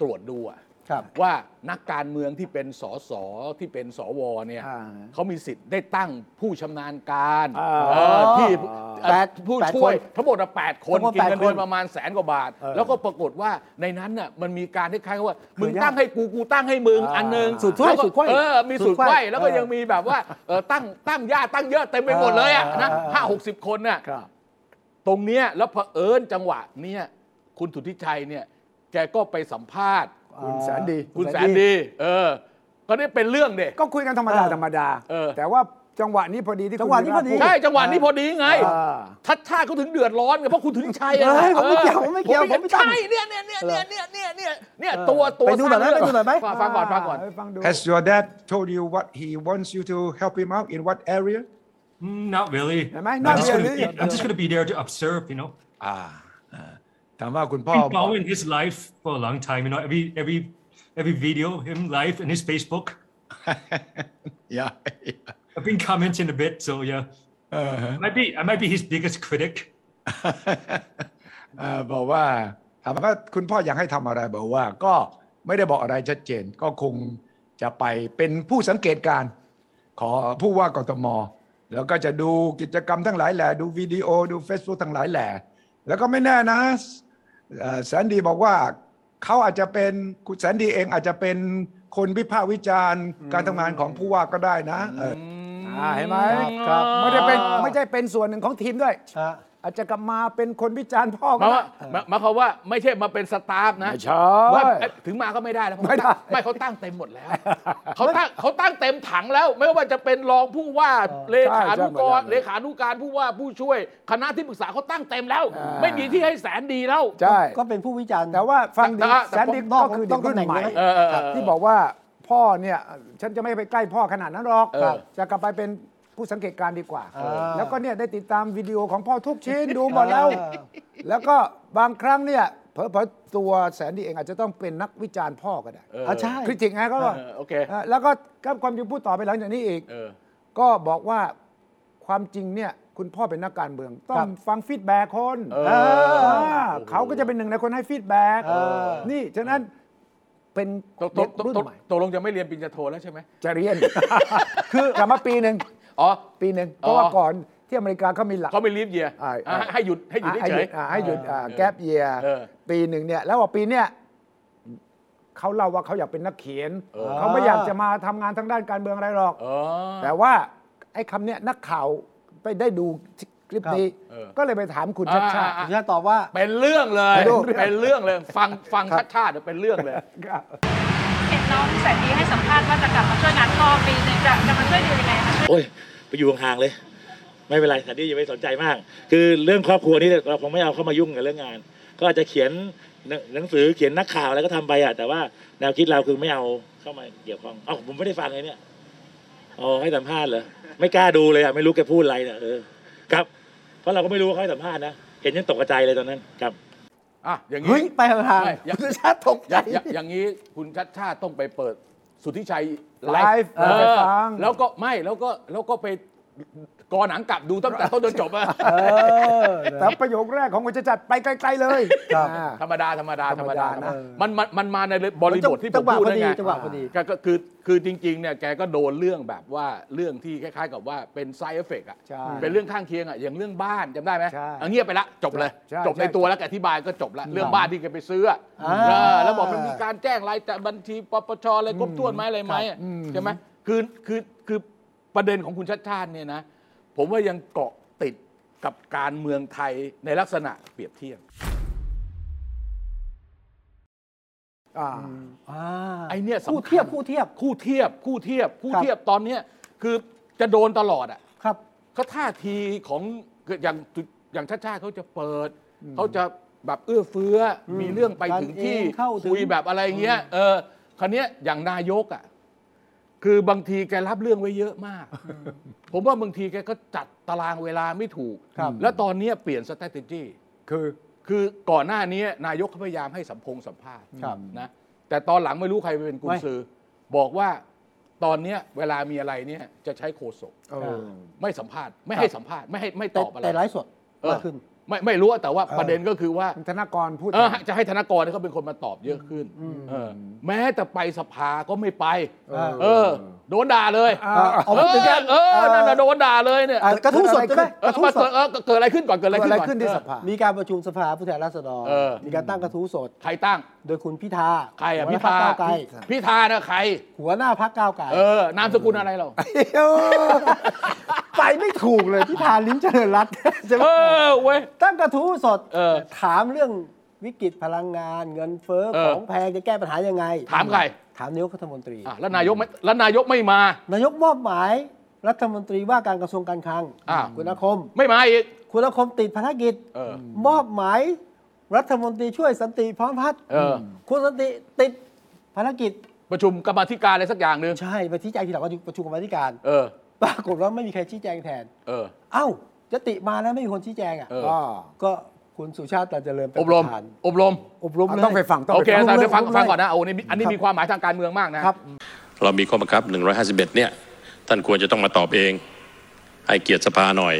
Speaker 2: ตรวจดูอะ
Speaker 1: ครับ
Speaker 2: ว่านักการเมืองที่เป็นสสที่เป็นสวเนี่ย
Speaker 3: อ่า
Speaker 2: เขามีสิทธิ์ได้ตั้งผู้ชำนาญการ
Speaker 3: อ่า
Speaker 2: เออที่เอ่อ
Speaker 1: แปด
Speaker 2: ผู้
Speaker 1: แปด
Speaker 2: ช่วย
Speaker 1: คน
Speaker 2: ทั้งหมดอะแปดคน
Speaker 1: ทั้งหมด
Speaker 2: กินเงินเดือ
Speaker 1: แป
Speaker 2: น
Speaker 1: ดคน
Speaker 2: ประมาณแสนกว่าบาท
Speaker 1: เออ
Speaker 2: แล้วก็ปรากฏว่าในนั้นน่ะมันมีการที่คล้ายๆว่ามึง
Speaker 1: เคยยาก
Speaker 2: ตั้งให้กูกูตั้งให้มึง
Speaker 1: อ่า
Speaker 2: อันหนึง
Speaker 1: สุดขั้ว
Speaker 2: แล้ก็
Speaker 1: สุดขั้ว
Speaker 2: เออมี
Speaker 1: สุ
Speaker 2: สุ
Speaker 1: ด
Speaker 2: ด
Speaker 1: ขั้ว
Speaker 2: ขั้วแล้วก็
Speaker 1: เออ
Speaker 2: ยังมีแบบว่าเออตั้งตั้งญาติตั้งเยอะเต็มไปหมดเลยอะนะ
Speaker 1: เออเออเออ
Speaker 2: ห้าหกสิบคนน่ะ
Speaker 1: ครับ
Speaker 2: ตรงเนี้ยแล้วเผอิญจังหวะเนี้ยคุณสุทธิชัยเนี่ยแกก็ไปสัมภาษณ์
Speaker 3: คุณแสนดี
Speaker 2: คุณแสนดี เออ ก็ได้เป็นเรื่องเด็ก
Speaker 3: ก็คุยกันธรรมดา
Speaker 1: เออ
Speaker 3: ธรรมดา
Speaker 2: เออ
Speaker 3: แต่ว่าจังหวะนี้พอดีที่คุณ
Speaker 1: จังหวะนี้พอดี
Speaker 3: วี ระพู
Speaker 2: ใช่ จังหวะนี้พอดีไง
Speaker 3: เออ
Speaker 2: ทัดชาติเขาถึงเดือดร้อนไงเพราะคุณสุทธิชัยอะ
Speaker 1: เฮ้ยผมไม่เกี่ยวผมไม่เกี่ยว
Speaker 2: ออ
Speaker 1: ผมไม่ทำ
Speaker 2: ใช่เนี่ยเนี่ยเนี่ยเนี่ยเนี่ยเนี่ยเนี่ยเนี่ย
Speaker 1: เออ
Speaker 2: ตัวตัว
Speaker 1: ไปดูหน่อยไหม
Speaker 2: สร้าง
Speaker 1: ไปดูหน่อยไหม
Speaker 2: ฟังฟังก่อนฟังก่อน
Speaker 3: ให้ฟังดู
Speaker 4: Has your dad told you what he wants you to help him out in what area?
Speaker 5: Mm, Not really.
Speaker 3: Am I? Not
Speaker 5: I'm just gonna
Speaker 3: really?
Speaker 5: be- I'm just going to be there to observe, you know.
Speaker 4: ถามว่าคุณพ่อ
Speaker 3: Oh,
Speaker 5: Been following his life for a long time, you know. Every every every video, him live and his Facebook.
Speaker 4: อย่ า
Speaker 5: I've been commenting a bit, so yeah.
Speaker 4: Uh-huh.
Speaker 5: I might be I might be his biggest critic.
Speaker 4: เอ่อบอกว่าถามว่าคุณพ่ออยากให้ทำอะไรบอกว่า ก็ไม่ได้บอกอะไรชัดเจน ก็คงจะไปเป็นผู้สังเกตการณ์ขอผู้ว่ากทม แล้วก็จะดูกิจกรรมทั้งหลายแหละดูวิดีโอดู Facebook ทั้งหลายแหละแล้วก็ไม่แน่นะเอ่อแสนดีบอกว่าเขาอาจจะเป็นคุณแสนดีเองอาจจะเป็นคนวิพากษ์วิจารณ์ การทำงานของผู้ว่าก็ได้นะเออ
Speaker 3: อ่าเห็นไหม
Speaker 1: ครับ
Speaker 3: ไม่ได้เป็นไม่ใช่เป็นส่วนหนึ่งของทีมด้วย
Speaker 1: ฮะ
Speaker 3: อาจจะกลับมาเป็นคนวิจารณ์พ่อ
Speaker 2: ห
Speaker 3: ก็
Speaker 2: มาย
Speaker 3: ได้
Speaker 2: ว่าหมายความว่าไม่ใช่มาเป็นสตาฟนะ
Speaker 3: ไม่ใช่
Speaker 2: ว่าถึงมาก็ไม่ได้แล้ว
Speaker 3: ไม่ได้
Speaker 2: ไม่เขาตั้งเต็มหมดแล้วเขาตั้งเขาตั้งเต็มถังแล้ว ไม่ว่าจะเป็นรองผู้ว่าเลขานุกรเลขานุการผู้ว่าผู้ช่วย คณะที่ปรึกษาเขาตั้งเต็มแล้ว ไม่มีที่ให้แสนดีแล้ว
Speaker 3: ใช่
Speaker 1: ก็เป็นผู้วิจารณ์
Speaker 3: แต่ว่าฟังดี
Speaker 2: แต่แต่
Speaker 3: แสนดี
Speaker 2: ผม
Speaker 3: ก็คือเด็กรุ่นใหม่
Speaker 1: ต้องตำแหน่งด้วยนะ
Speaker 2: เออเออเออ
Speaker 3: ที่บอกว่าพ่อเนี่ยฉันจะไม่ไปใกล้พ่อขนาดนั้นหรอก
Speaker 2: เออ
Speaker 3: จะกลับไปเป็นผู้สังเกตการณ์ดีกว่า
Speaker 1: อ่า
Speaker 3: แล้วก็เนี่ยได้ติดตามวิดีโอของพ่อทุกชิ้นดูหมดแล้ว แล้วก็บางครั้งเนี่ยเผลอๆตัวแสนดีเองอาจจะต้องเป็นนักวิจารณ์พ่อก็ได้
Speaker 2: เออ
Speaker 1: อ่ะใช่
Speaker 3: คริติกไงก็ว่า
Speaker 2: เออโอเค
Speaker 3: เออแล้วก็ก็ความจริงพูดต่อไปหลังจากนี้อีก
Speaker 2: เออ
Speaker 3: ก็บอกว่าความจริงเนี่ย คุณพ่อเป็นนักการเมือง ต้อ
Speaker 1: ครั
Speaker 3: ง
Speaker 1: บ
Speaker 3: ฟังฟีดแบ็กคน
Speaker 2: เออ
Speaker 3: เออ
Speaker 2: โอ้โห
Speaker 3: เขาก็จะเป็นหนึ่งในคนให้ฟีดแบ็ก
Speaker 1: เออ
Speaker 3: นี่ ฉะนั้นเป็น
Speaker 2: ตกต
Speaker 3: เด็
Speaker 2: ก
Speaker 3: ก
Speaker 2: ตก
Speaker 3: รุ่น
Speaker 2: ตก
Speaker 3: ใหม่
Speaker 2: ตกลงจะไม่เรียนปริญญาโทแล้วใช่ไหม
Speaker 3: จะเรียน คือกลับมาปีหนึ่ง
Speaker 2: อ๋อ
Speaker 3: ปีหนึ่งเพ
Speaker 2: อ๋
Speaker 3: ราะ
Speaker 2: อ
Speaker 3: ว่าก่อนที่อเมริกาเขามีหลัก
Speaker 2: เขาไม่รีบเยียร์
Speaker 3: อ่าอ่า
Speaker 2: ให้หยุดให้หยุด
Speaker 3: อ่ะ
Speaker 2: เฉย
Speaker 3: อ่ะให้หยุดอ่ะ
Speaker 2: เออ
Speaker 3: แก๊ปเยีย
Speaker 2: เออ
Speaker 3: ปีหนึ่งเนี่ย แล้วว่าปีเนี้ยเขาเล่าว่าเขาอยากเป็นนักเขียน
Speaker 2: เออ
Speaker 3: เขาไม่อยากจะมาทำงานทางด้านการเมืองอะไรหรอก
Speaker 2: ๆอ๋อ
Speaker 3: แต่ว่าไอ้คำเนี้ยนักข่าวไปได้ดูคลิปนี้
Speaker 2: ครับเออ
Speaker 3: ก็เลยไปถามคุณชัดชาติ
Speaker 2: อ่า
Speaker 1: คุณชาติตอบว่า
Speaker 2: เป็นเรื่องเลย
Speaker 3: เป็นเรื่อง
Speaker 2: เป็นเรื่องเลยฟังฟังชัดชาติเป็นเรื่องเลย
Speaker 3: ครับ
Speaker 6: เห็นน้องแสนดีให้สัมภาษณ์ว่าจะกลับมาช่วยงานพ่อปีหนึงจะจะมาช่วยดูยังไงคะช่วย
Speaker 7: โอ้ยไปอยู่ห่างๆเลย ไม่เป็นไรสันดี้อย่าไปสนใจมาก คือเรื่องครอบครัวนี่เราคงไม่เอาเข้ามายุ่งกับเรื่องงาน ก็อาจจะเขียนหนังหนังสือเขียนนักข่าวอะไรก็ทำไปอ่ะแต่ว่าแนวคิดเราคือไม่เอาเข้ามาเกี่ยวข้องเอ้าผมไม่ได้ฟังเลยเนี่ยอ๋อให้สัมภาษณ์เหรอไม่กล้าดูเลยอ่ะไม่รู้แกพูดอะไรเนี่ยเออครับ เพราะเราก็ไม่รู้ว่าเขาให้สัมภาษณ์นะเห็นยังตกใจเลยตอนนั้นครับ
Speaker 2: อ่ะอย่างนี้
Speaker 1: เฮ้ย ไปห่าง
Speaker 2: ไม่อ
Speaker 1: ๆ
Speaker 2: ย่า
Speaker 1: คุณชาติตกใจ
Speaker 2: อย่าอย่างนี้คุณชัดชาติต้องไปเปิดสุทธิชัย
Speaker 3: ไลฟ์
Speaker 2: เอ
Speaker 3: ไป
Speaker 2: อ
Speaker 3: ฟัง
Speaker 2: แล้วก็ไม่แล้วก็แล้วก็ไปกอหนังกลับดูตั้งแต่ต้นจนจบอะ
Speaker 1: เออ
Speaker 3: แต่ประโยคแรกของคุณชัดชาติไปไกลๆเลย
Speaker 1: ครับ
Speaker 3: อ่า
Speaker 2: ธรรมดาธรรมดาธรรมดา
Speaker 3: ธรรมดานะ
Speaker 2: มันมันมันมาในบริบทที่ผ
Speaker 1: จั
Speaker 2: ม
Speaker 1: งหวะ
Speaker 2: พูด
Speaker 1: พอ
Speaker 2: นั่น
Speaker 1: ดี
Speaker 2: ไง
Speaker 1: จังหวะพอดี
Speaker 2: ก็ก็คือคือจริงๆเนี่ยแกก็โดนเรื่องแบบว่าเรื่องที่คล้ายๆกับว่าเป็นไซเอฟเฟกอ่ะ
Speaker 3: ใช่
Speaker 2: เป็นเรื่องข้างเคียงอ่ะอย่างเรื่องบ้านจำได้ไหม
Speaker 3: ใช่
Speaker 2: เอาเงียบไปละจบเลย
Speaker 3: ใช่
Speaker 2: จบใน
Speaker 3: ใช่
Speaker 2: ตัวแล้วแกอธิบายก็จบละเรื่องบ้านที่แกไปซื้ออะ
Speaker 1: อ่า
Speaker 2: เออแล้วบอกมันมีการแจ้งรายจ่ายบัญชีปปชอะไรครบถ้วนไหมอะไรไหมอะใช่ไหมคือคือคือประเด็นของคุณชัดชาติเนี่ยนะ ผมว่ายังเกาะติดกับการเมืองไทยในลักษณะเปรียบเทียบ
Speaker 3: อ่า
Speaker 1: า
Speaker 2: ไอ้เนี่ยสำคัญ
Speaker 1: คู่เทียบคู่เทียบ
Speaker 2: คู่เทียบคู่เทียบคู่
Speaker 1: ครับ
Speaker 2: เทียบตอนเนี้ยคือจะโดนตลอดอ่ะ
Speaker 1: ครับ
Speaker 2: ก็ท่าทีของอย่างอย่างชาติชาติเขาจะเปิด เขาจะแบบเอื้อเฟื้ออมีเรื่องไปถึง
Speaker 1: กันเอง
Speaker 2: ที่
Speaker 1: เข้าถึง
Speaker 2: คุยแบบอะไรเงี้ยเออคราวเนี้ยอย่างนายกอ่ะคือบางทีแกรับเรื่องไว้เยอะมาก ผมว่าบางทีแกก็จัดตารางเวลาไม่ถูก แล้วตอนเนี้ยเปลี่ยน strategy
Speaker 3: คือ
Speaker 2: คือก่อนหน้านี้นายกเขาพยายามให้สัมพงสัมภาษณ์
Speaker 1: ครับ
Speaker 2: นะแต่ตอนหลังไม่รู้ใครไปเป็นกุญซือ บอกว่าตอนเนี้ยเวลามีอะไรเนี่ยจะใช้โคศก
Speaker 3: เออ
Speaker 2: ไม่สัมภาษณ์ ไม่ให้สัมภาษณ์ไม่ให้ไม่ต
Speaker 1: แต่
Speaker 2: อบอะไร
Speaker 1: แต่ไลฟ์สด
Speaker 2: เออ
Speaker 1: มากขึ้น
Speaker 2: ไม่ไม่รู้อะแต่ว่า
Speaker 3: เออ
Speaker 2: ประเด็นก็คือว่า
Speaker 3: คุณธนากรพูด
Speaker 2: เออจะให้ธนากรเนี่ยเขาเป็นคนมาตอบเยอะขึ้นเออแม้แต่ไปสภาก็ไม่ไป เออ โดนด่าเลย
Speaker 3: อ่า
Speaker 2: เออเออนั่นน่ะโดนด่าเลยเนี่ย
Speaker 1: อ่ะกระทู้สดใช่ไหม
Speaker 2: เออมาเกิดเออเกิดอะไรขึ้นก่อนเกิดอะไร
Speaker 3: เกิด
Speaker 2: ขึ้น
Speaker 3: อะ
Speaker 2: ก่
Speaker 3: ไร
Speaker 2: อน
Speaker 3: ขึ้นที่สภา
Speaker 1: มีการประชุมสภาผู้แทนราษฎร
Speaker 2: เออ
Speaker 1: มีการตั้งกระทู้สด
Speaker 2: ใครตั้ง
Speaker 1: โดยคุณพิธา
Speaker 2: ใครอ่ะ
Speaker 1: หัวห
Speaker 2: พิ
Speaker 1: น้พรรค
Speaker 2: ธา
Speaker 1: ก้าวไกล
Speaker 2: พิธาน่ะใคร
Speaker 1: หัวหน้าพักก้าวไกล
Speaker 2: เออนามสกุลอะไรเรา
Speaker 1: เออไปไม่ถูกเลยพิธาลิ้มเจริญรัตน์ใช่ไหม
Speaker 2: เออเว้ย
Speaker 1: ตั้งกระทู้สด
Speaker 2: เออ
Speaker 1: ถามเรื่องวิกฤตพลังงานเงินเฟ้อ
Speaker 2: เออ
Speaker 1: ของแพงจะแก้ปัญหายังไง
Speaker 2: ถามใคร
Speaker 1: ถามนายกรัฐมนตรี
Speaker 2: อ่ะแล้วนายกไม่แล้วนายกไม่มา
Speaker 1: นายกมอบหมายรัฐมนตรีว่าการกระทรวงการคลัง
Speaker 2: อ้าว
Speaker 1: คุณอาคม
Speaker 2: ไม่มาอีก
Speaker 1: คุณอาคมติดภารกิจ
Speaker 2: เออ
Speaker 1: มอบหมายรัฐมนตรีช่วยสันติพร้อมพัฒน์
Speaker 2: เออ
Speaker 1: คุณสันติติดภารกิจ
Speaker 2: ประชุมกรรมาธิการอะไรสักอย่างหนึ่ง
Speaker 1: ใช่ไปชี้แจงทีหลังว่าประชุมกรรมาธิการ
Speaker 2: เออ
Speaker 1: ปรากฏว่าไม่มีใครชี้แจงแทน
Speaker 2: เออ
Speaker 1: เอ้า จะติมาแล้วไม่มีคนชี้แจงอ่ะ
Speaker 2: เออ
Speaker 1: ก็ก็คุณสุชาติตันเจริญเป็น
Speaker 2: อบรม
Speaker 1: ประธาน
Speaker 2: อบรม
Speaker 1: อบรมเลย
Speaker 3: ต้องไปฟัง
Speaker 2: โอเค
Speaker 1: อบรม
Speaker 2: แต่เดี๋ยวฟัง
Speaker 1: เลย
Speaker 2: ฟังก่อนนะโอ้นี่อันนี้
Speaker 1: ครับ
Speaker 2: มีความหมายทางการเมืองมากนะ
Speaker 1: ครับ
Speaker 8: เรามีข้อบังคับ 151 เนี่ย ท่านควรจะต้องมาตอบเอง ให้เกียรติสภาหน่อย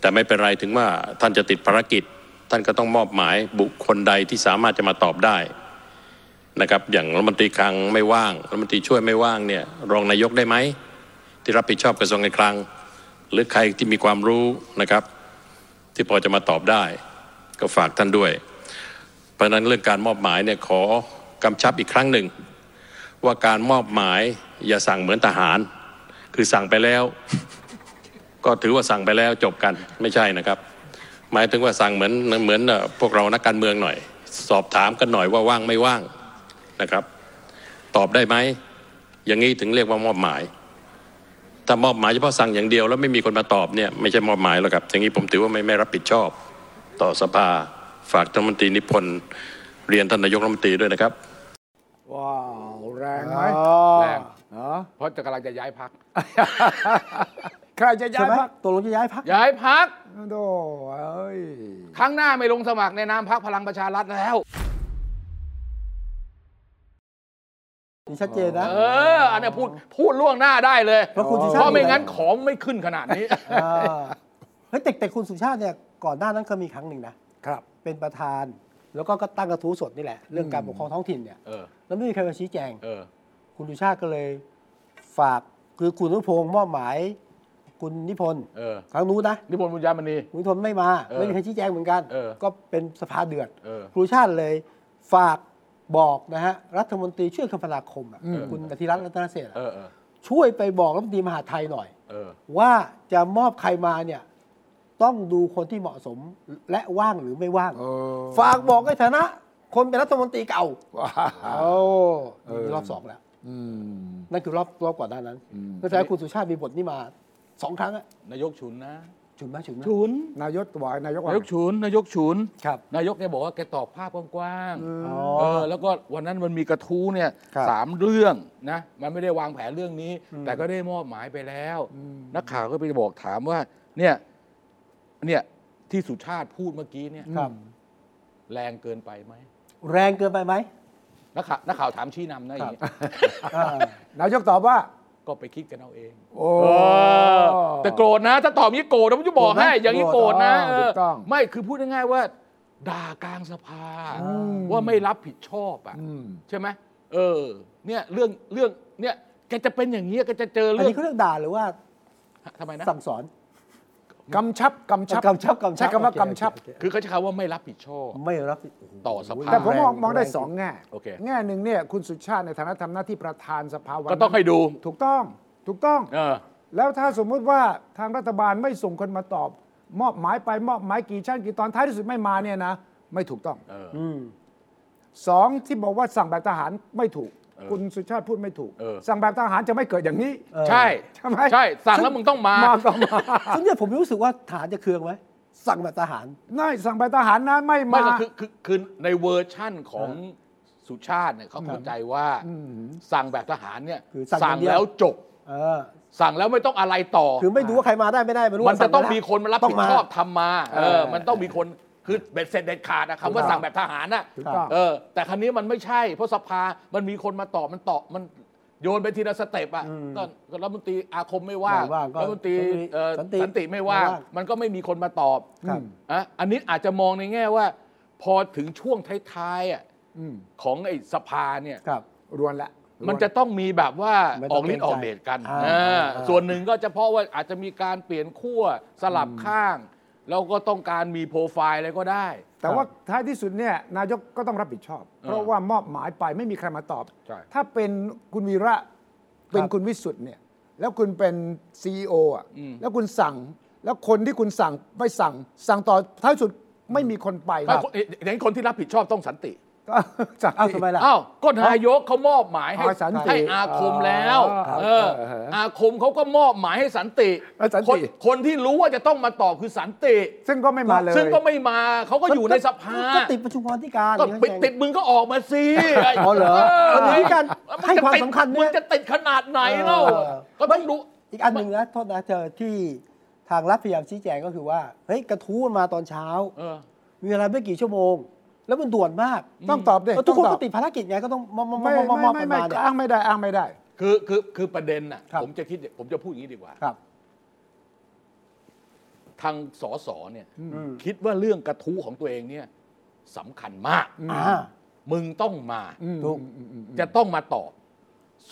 Speaker 8: แต่ไม่เป็นไรถึงว่าท่านจะติดภารกิจ ท่านก็ต้องมอบหมายบุคคลใดที่สามารถจะมาตอบได้นะครับ อย่างรัฐมนตรีคลังไม่ว่างรัฐมนตรีช่วยไม่ว่างเนี่ย รองนายกได้ไหม ที่รับผิดชอบกระทรวงการคลัง หรือใครที่มีความรู้นะครับ ที่พอจะมาตอบได้ ก็ฝากท่านด้วย เพราะฉะนั้นเรื่องการมอบหมายเนี่ยขอกำชับอีกครั้งหนึ่ง ว่าการมอบหมายอย่าสั่งเหมือนทหาร คือสั่งไปแล้ว ก็ถือว่าสั่งไปแล้วจบกันไม่ใช่นะครับ หมายถึงว่าสั่งเหมือนเหมือนเอ่อพวกเรานักการเมืองหน่อย สอบถามกันหน่อยว่าว่างไม่ว่างนะครับ ตอบได้ไหมอย่างนี้ถึงเรียกว่ามอบหมายถ้ามอบหมายเฉพาะสั่งอย่างเดียวแล้วไม่มีคนมาตอบเนี่ยไม่ใช่มอบหมายหรอกครับอย่างนี้ผมถือว่าไม่ไม่รับผิดชอบ ต่อสภาฝากท่านรัฐมนตรีนิพนธ์เรียนท่านนายกรัฐมนตรีด้วยนะครับ
Speaker 3: ว้าวแรงไหม
Speaker 2: อ๋อแรง
Speaker 3: เหรอ
Speaker 2: เพราะจะกำลังจะย้ายพัก
Speaker 3: ใครจะย้า
Speaker 1: ใช่
Speaker 3: ย
Speaker 1: ไหม
Speaker 3: พัก
Speaker 1: ตกลงจะย้ายพัก
Speaker 2: ย้ายพัก
Speaker 3: โดเอ้ย
Speaker 2: ครั้งหน้าไม่ลงสมัครในนามพักพลังประชารัฐแล้ว
Speaker 1: นี่ชัดเจนนะ
Speaker 2: เออ อันเนี้ยพูดพูดล่วงหน้าได้เลย
Speaker 1: เพราะคุณสุชาติ
Speaker 2: เพราะไม่งั้นของไม่ขึ้นขนาดนี้
Speaker 1: อ่าเฮ้ยแต่แต่คุณสุชาติเนี่ยก่อนหน้านั้นเคยมีครั้งหนึ่งนะครับ เป็นประธาน แล้วก็ก็ตั้งกระทู้สดนี่แหละ เรื่องการปกครองท้องถิ่นเนี่ย
Speaker 2: เออ
Speaker 1: แล้วไม่มีใครมาชี้แจง
Speaker 2: เออ
Speaker 1: คุณสุชาติก็เลยฝากคือคุณอนุพงศ์มอบหมาย คุณนิพนธ์
Speaker 2: เออ
Speaker 1: ครั้งนู้นนะ
Speaker 2: นิพนธ์บุญญามณี
Speaker 1: คุณนิพนธ์ไม่มา
Speaker 2: เออ
Speaker 1: ไม่มีใครชี้แจงเหมือนกัน
Speaker 2: เออ
Speaker 1: ก็เป็นสภาเดือด
Speaker 2: เออ
Speaker 1: ครูชาติเลยฝากบอกนะฮะรัฐมนตรีช่วยคมนาคมอะ
Speaker 2: อืม
Speaker 1: คุณอธิรัตน์รัตนเศรษฐ์อะ
Speaker 2: เออเออ
Speaker 1: ช่วยไปบอกรัฐมนตรีมหาดไทยหน่อย
Speaker 2: เออ
Speaker 1: ว่าจะมอบใครมาเนี่ย ต้องดูคนที่เหมาะสมและว่างหรือไม่ว่าง ฝากบอกในฐานะ คนเป็นรัฐมนตรีเก่าโอ้นี่รอบสองแล้วนั่นคือรอบรอบก่อนหน้านั้นแล้วแต่คุณสุชาติมีบทนี่มาสองครั้งอะ
Speaker 2: นายกฉุนนะ
Speaker 1: ฉุนไหมฉุนไหม
Speaker 2: ฉุน
Speaker 3: นายกบอกนายกว่า
Speaker 2: นายกฉุน นายกฉุน
Speaker 1: ครับ
Speaker 2: นายกเนี่ยบอกว่าแกตอบภาพกว้างๆ
Speaker 1: อ๋อ
Speaker 2: เออแล้วก็วันนั้นมันมีกระทู้เนี่ย
Speaker 1: ครับ
Speaker 2: สามเรื่องนะมันไม่ได้วางแผนเรื่องนี้ แต่ก็ได้มอบหมายไปแล้ว นักข่าวก็ไปบอกถามว่าเนี่ยเนี่ยที่สุชาติพูดเมื่อกี้เนี่ย
Speaker 1: ครับ
Speaker 2: แรงเกินไปไหม
Speaker 1: แรงเกินไปไหม
Speaker 2: นักข่าวนักข่าวถามชี้นำนะอย่างนี้
Speaker 1: อ่าน
Speaker 3: ายกตอบว่า
Speaker 2: ก็ไปคิดกันเอาเอง
Speaker 3: โอ้
Speaker 2: เออแต่โกรธนะ ถ้าตอบอย่างนี้โกรธนะผมจะบอกให้ อย่างนี้โกรธนะ
Speaker 3: โกรธอ่าถูกต้อง
Speaker 2: เไม่คือพูดง่ายๆว่าด่ากลางสภา ว่าไม่รับผิดชอบอ่ะ
Speaker 3: อืม
Speaker 2: ใช่ไหมเออ เนี่ยเรื่องเรื่องเนี่ยแกจะเป็นอย่างนี้ยแกจะเจอ
Speaker 1: อัน
Speaker 2: เรื่อง
Speaker 1: นี้เขาเรียกด่าหรือว่า
Speaker 2: ทำไมนะ
Speaker 1: สั่งสอน
Speaker 3: กำชับ กำชับ
Speaker 1: กำชับกำชับ
Speaker 3: ใช้คำว่า
Speaker 1: โอเโอเ
Speaker 3: กำชับ
Speaker 1: โอเค
Speaker 2: คือเขาใช้คำว่าไม่รับผิดชอบ
Speaker 1: ไม่รับผิด
Speaker 2: ต่อสภา
Speaker 3: แต่ผมมอง
Speaker 1: แรง
Speaker 3: มองได้
Speaker 1: แรง
Speaker 3: สองแง่
Speaker 2: โอเค
Speaker 3: แง่หนึ่งเนี่ยคุณสุชาติในฐานะทำหน้าที่ประธานสภาวัน
Speaker 2: ก็ต้องให้ดู
Speaker 3: ถูกต้อง ถูกต้อง
Speaker 2: เออ
Speaker 3: แล้วถ้าสมมุติว่าทางรัฐบาลไม่ส่งคนมาตอบ มอบหมายไปมอบหมายกี่ชั้นกี่ตอนท้ายที่สุดไม่มาเนี่ยนะ ไม่ถูกต้อง
Speaker 2: เออ
Speaker 1: อืม
Speaker 3: สองที่บอกว่าสั่งแบบทหารไม่ถูก คุณสุชาติพูดไม่ถูก
Speaker 2: เออ
Speaker 3: สั่งแบบทหารจะไม่เกิดอย่างนี้
Speaker 1: เออ
Speaker 2: ใช่
Speaker 3: ทำไม
Speaker 2: ใช่ สั่งแล้วมึงต้องมา
Speaker 3: มาก็มา
Speaker 1: ซึ่งเนี่ยผมรู้สึกว่าทหารจะเคืองไหมสั่งแบบทหาร
Speaker 3: น่สั่งแบบทหารนะไม่
Speaker 2: ไม่
Speaker 3: มา
Speaker 2: ก็คือคือคือในเวอร์ชั่นของสุชาติเนี่ยเขาเข้าใจว่าสั่งแบบทหารเนี่ย
Speaker 1: คือสั่ง
Speaker 2: สั่ง
Speaker 1: อย่างเดียว
Speaker 2: แล้วจบ
Speaker 1: เออ
Speaker 2: สั่งแล้วไม่ต้องอะไรต่อ
Speaker 1: คือไม่ดูว่าใครมาได้ไม่ได้ไม่รู้
Speaker 2: มันจะต้องมีคนมารับ
Speaker 1: ต้
Speaker 2: ผิ
Speaker 1: ง
Speaker 2: ดชอบทำมา เอ
Speaker 1: เออ
Speaker 2: อมันต้องมีคน คือเบ็ดเสร็จเด็ดขาดนะคำว่า
Speaker 1: ถูกต้อง
Speaker 2: สั่งแบบทหารน่ะ
Speaker 3: ถูกต้อง
Speaker 2: เออ แต่ครั้นี้มันไม่ใช่ เพราะสภา มันมีคนมาตอบ มันตอบ มัน โยนไปทีละสเต็ปอ่ะ
Speaker 1: อืม
Speaker 2: ก็ก็รัฐมนตรีอาคมไม่ว่าง
Speaker 1: ไม่ว่างก็
Speaker 2: รัฐมนตรีเอ่อ
Speaker 1: สันติ
Speaker 2: สันติไม่ว่าง
Speaker 1: ไม่ว่าง
Speaker 2: มันก็ไม่มีคนมาตอบ
Speaker 1: ครับ
Speaker 2: อ่ะอันนี้อาจจะมองในแง่ว่า พอถึงช่วงท้ายๆอ่ะ
Speaker 3: อืม
Speaker 2: ของไอ้สภาเนี่ย
Speaker 1: ครับ
Speaker 3: รวนละ
Speaker 2: มันจะต้องมีแบบว่า
Speaker 1: ไม่
Speaker 2: อ
Speaker 1: ต้อ
Speaker 2: อ
Speaker 1: ง
Speaker 2: กฤทธิ์ออกเดชกัน
Speaker 1: เกรงใจ
Speaker 2: เออ
Speaker 1: อ่าอ่า
Speaker 2: ส่วนหนึ่งก็จะเพราะว่าอาจจะมีการเปลี่ยนขั้วสลับข้าง แล้วก็ต้องการมีโปรไฟล์อะไรก็ได้
Speaker 3: แต่ว่าท้ายที่สุดเนี่ยนายกก็ต้องรับผิดชอบ เพราะว่ามอบหมายไปไม่มีใครมาตอบ
Speaker 2: ใช่
Speaker 3: ถ้าเป็นคุณวีระเป็นคุณวิสุทธ์เนี่ย แล้วคุณเป็นซีออ่ะแล้วคุณสั่ง แล้วคนที่คุณสั่งไม่สั่ง สั่งต่อท้ายสุดไม่มีคนไป
Speaker 2: ไม่คนเอ่ออย่างนั้นคนที่รับผิดชอบต้องสันติ
Speaker 3: ก็จาก
Speaker 1: อ้าว
Speaker 3: ที่
Speaker 1: ทำไมล่ะ
Speaker 2: อ้าวก็นายกเขามอบหมายให้
Speaker 3: อ๋อสันติ
Speaker 2: ให้อาคมแล้ว
Speaker 3: อ๋อครับ
Speaker 2: เออ
Speaker 3: เออเออ
Speaker 2: อาคมเขาก็มอบหมายให้สันติ
Speaker 3: แล้วสันติ
Speaker 2: คนคนที่รู้ว่าจะต้องมาตอบคือสันติ
Speaker 3: ซึ่งก็ไม่มาเลย
Speaker 2: ซึ่งก็ไม่มาเขาก็อยู่ในสภา
Speaker 1: ก็ติดประชุมพรธิการ
Speaker 2: ก็ไป
Speaker 1: อย่างนั้น
Speaker 2: ติด
Speaker 1: ไง
Speaker 2: มึงก็ออกมาสิ
Speaker 1: อ๋อเหรอประเด็นที่การให้ความสำคัญด้
Speaker 2: มึ
Speaker 1: วย
Speaker 2: งจะติดขนาดไหนเล่า
Speaker 1: เออ
Speaker 2: ก็ต้องรู้
Speaker 1: อีกอันหนึ่งนะโทษนะเธอที่ทางรัฐพยายามชี้แจงก็คือว่าเฮ้ยกระทู้มันมาตอนเช้า
Speaker 2: เออ
Speaker 1: มีเวลาไม่กี่ชั่วโมง แล้วมันด่วนมาก
Speaker 3: ต้องตอบดิ
Speaker 1: แล้วทุกคน
Speaker 3: ต้
Speaker 1: ก็
Speaker 3: องตอบ
Speaker 1: ติดภารกิจไงก็ต้องมอบมอบม
Speaker 3: ไม่
Speaker 1: อบมอบม
Speaker 3: ไม่
Speaker 1: อบ
Speaker 3: ไม่
Speaker 1: กัน
Speaker 3: ไม่
Speaker 1: มาเนี่ย
Speaker 3: อ้างไม่ได้อ้างไม่ได้
Speaker 2: คือคือคือประเด็นน่ะ
Speaker 1: ครับ
Speaker 2: ผมจะคิดผมจะพูดอย่างนี้ดีกว่า
Speaker 1: ครับ
Speaker 2: ทางสสเนี่ยคิดว่าเรื่องกระทู้ของตัวเองเนี่ยสำคัญมาก
Speaker 1: อ่า
Speaker 2: มึงต้องมา
Speaker 1: ถูก
Speaker 2: จะต้องมาตอบ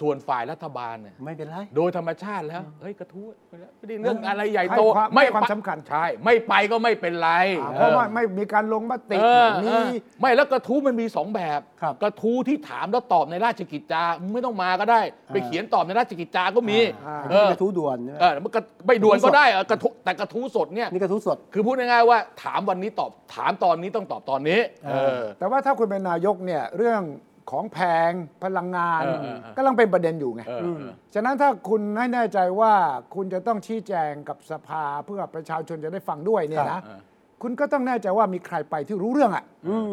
Speaker 2: ส่วนฝ่ายรัฐบาลเนี่ย
Speaker 1: ไม่เป็นไร
Speaker 2: โดยธรรมชาติแล้ว เฮ้ยกระทู้ไม่ได้เรื่องอะไรใหญ่
Speaker 3: ให้
Speaker 2: โต
Speaker 3: ความให้ความ
Speaker 2: ไป
Speaker 3: สำคัญ
Speaker 2: ใช่ ไม่ไปก็ไม่เป็นไร
Speaker 3: เพราะว่าไม่มีการลงมติ
Speaker 2: เออ
Speaker 3: มี
Speaker 2: เออไม่แล้วกระทู้มันมีสองแบบ
Speaker 1: ครับ
Speaker 2: กระทู้ที่ถามแล้วตอบในราชกิจจามึงไม่ต้องมาก็ได้ ไปเขียนตอบในราชกิจจาก็มี
Speaker 3: อ่า
Speaker 2: เอ
Speaker 1: นี่
Speaker 2: อก
Speaker 1: ระทู้ด่วนใช่ไหม
Speaker 2: เออมันก็ไม่ด่วนก็ได้เออกระทู้แต่กระทู้สดเนี่ย
Speaker 1: นี่กระทู้สด
Speaker 2: คือพูดง่ายๆว่า ถามวันนี้ตอบถามตอนนี้ต้องตอบตอนนี้ เออ
Speaker 3: แต่ว่าถ้าคุณเป็นนายกเนี่ยเรื่องของแพงพลังงาน
Speaker 2: เออเออเออก
Speaker 3: ำลังเป็นประเด็นอยู่ไง
Speaker 2: เออเออ
Speaker 3: ฉะนั้นถ้าคุณให้แน่ใจว่าคุณจะต้องชี้แจงกับสภาเพื่อประชาชนจะได้ฟังด้วยเนี่ยนะคุณก็ต้องแน่ใจว่ามีใครไปที่รู้เรื่องอ่ะ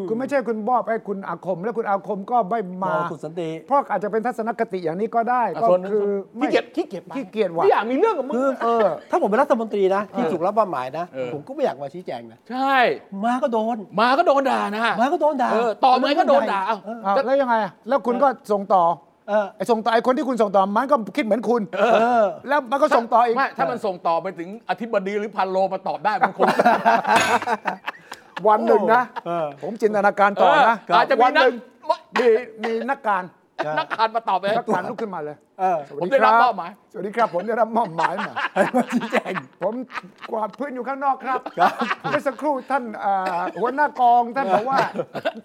Speaker 3: คุณไม่ใช่คุณบอบไอ้คุณอาคม แล้วคุณอาคมก็ไม่มาร
Speaker 1: อคุณสันติ
Speaker 3: เพราะอาจจะเป็นทัศนคติอย่างนี้ก็ได้ก็
Speaker 2: ส่วน
Speaker 3: คือ
Speaker 2: ขี้เกียจขี้เกียจไป
Speaker 3: ขี้เกียจว่ะ
Speaker 2: ไม่อยากมีเรื่องกับมึง
Speaker 1: คือ
Speaker 3: เออ
Speaker 1: ถ้าผมเป็นรัฐมนตรีนะที่ถูกรับมอบหมายนะ
Speaker 2: เออ
Speaker 1: ผมก็ไม่อยากมาชี้แจงนะ
Speaker 2: ใช่
Speaker 1: มาก็โดน
Speaker 2: มาก็โดนด่านะ
Speaker 1: มาก็โดนด่า
Speaker 2: เออตอบไงก็โดนด่าเอ้า
Speaker 1: เออ
Speaker 3: อ้าวแล้วยังไงอะแล้วคุณก็ส่งต่อ
Speaker 1: เออ
Speaker 3: ไอ้ส่งต่อไอ้คนที่คุณส่งต่อมันก็คิดเหมือนคุณ
Speaker 1: เออ
Speaker 3: แล้วมันก็ส่งต่ออีก
Speaker 2: ไม่ถ้ามันส่งต่อไปถึงอธิบดีหรือพันโลมาตอบได้มันคง
Speaker 3: วันหนึ่งนะ
Speaker 1: เออ
Speaker 3: ผมจินตนาการต่อนะ
Speaker 2: เอออาจจะมี
Speaker 3: วัน
Speaker 2: นั
Speaker 3: ห
Speaker 2: ก
Speaker 3: นึ่งมีมีนักการ
Speaker 2: นักข่าวมาตอบเอง
Speaker 3: นักการลุกขึ้นมาเลย
Speaker 1: เออ
Speaker 3: ส
Speaker 2: ผ
Speaker 3: วั
Speaker 2: ม
Speaker 3: ส
Speaker 2: ได้รับ
Speaker 3: ค
Speaker 2: มอบหมาย
Speaker 3: สวัสดีครับ ผมได้รับมอบหมายมา
Speaker 1: ชี้แจง
Speaker 3: ผมกวาดพื้นอยู่ข้างนอกครับเมื่อสักครู่ท่านเอ่อหัวหน้ากองท่านบอกว่า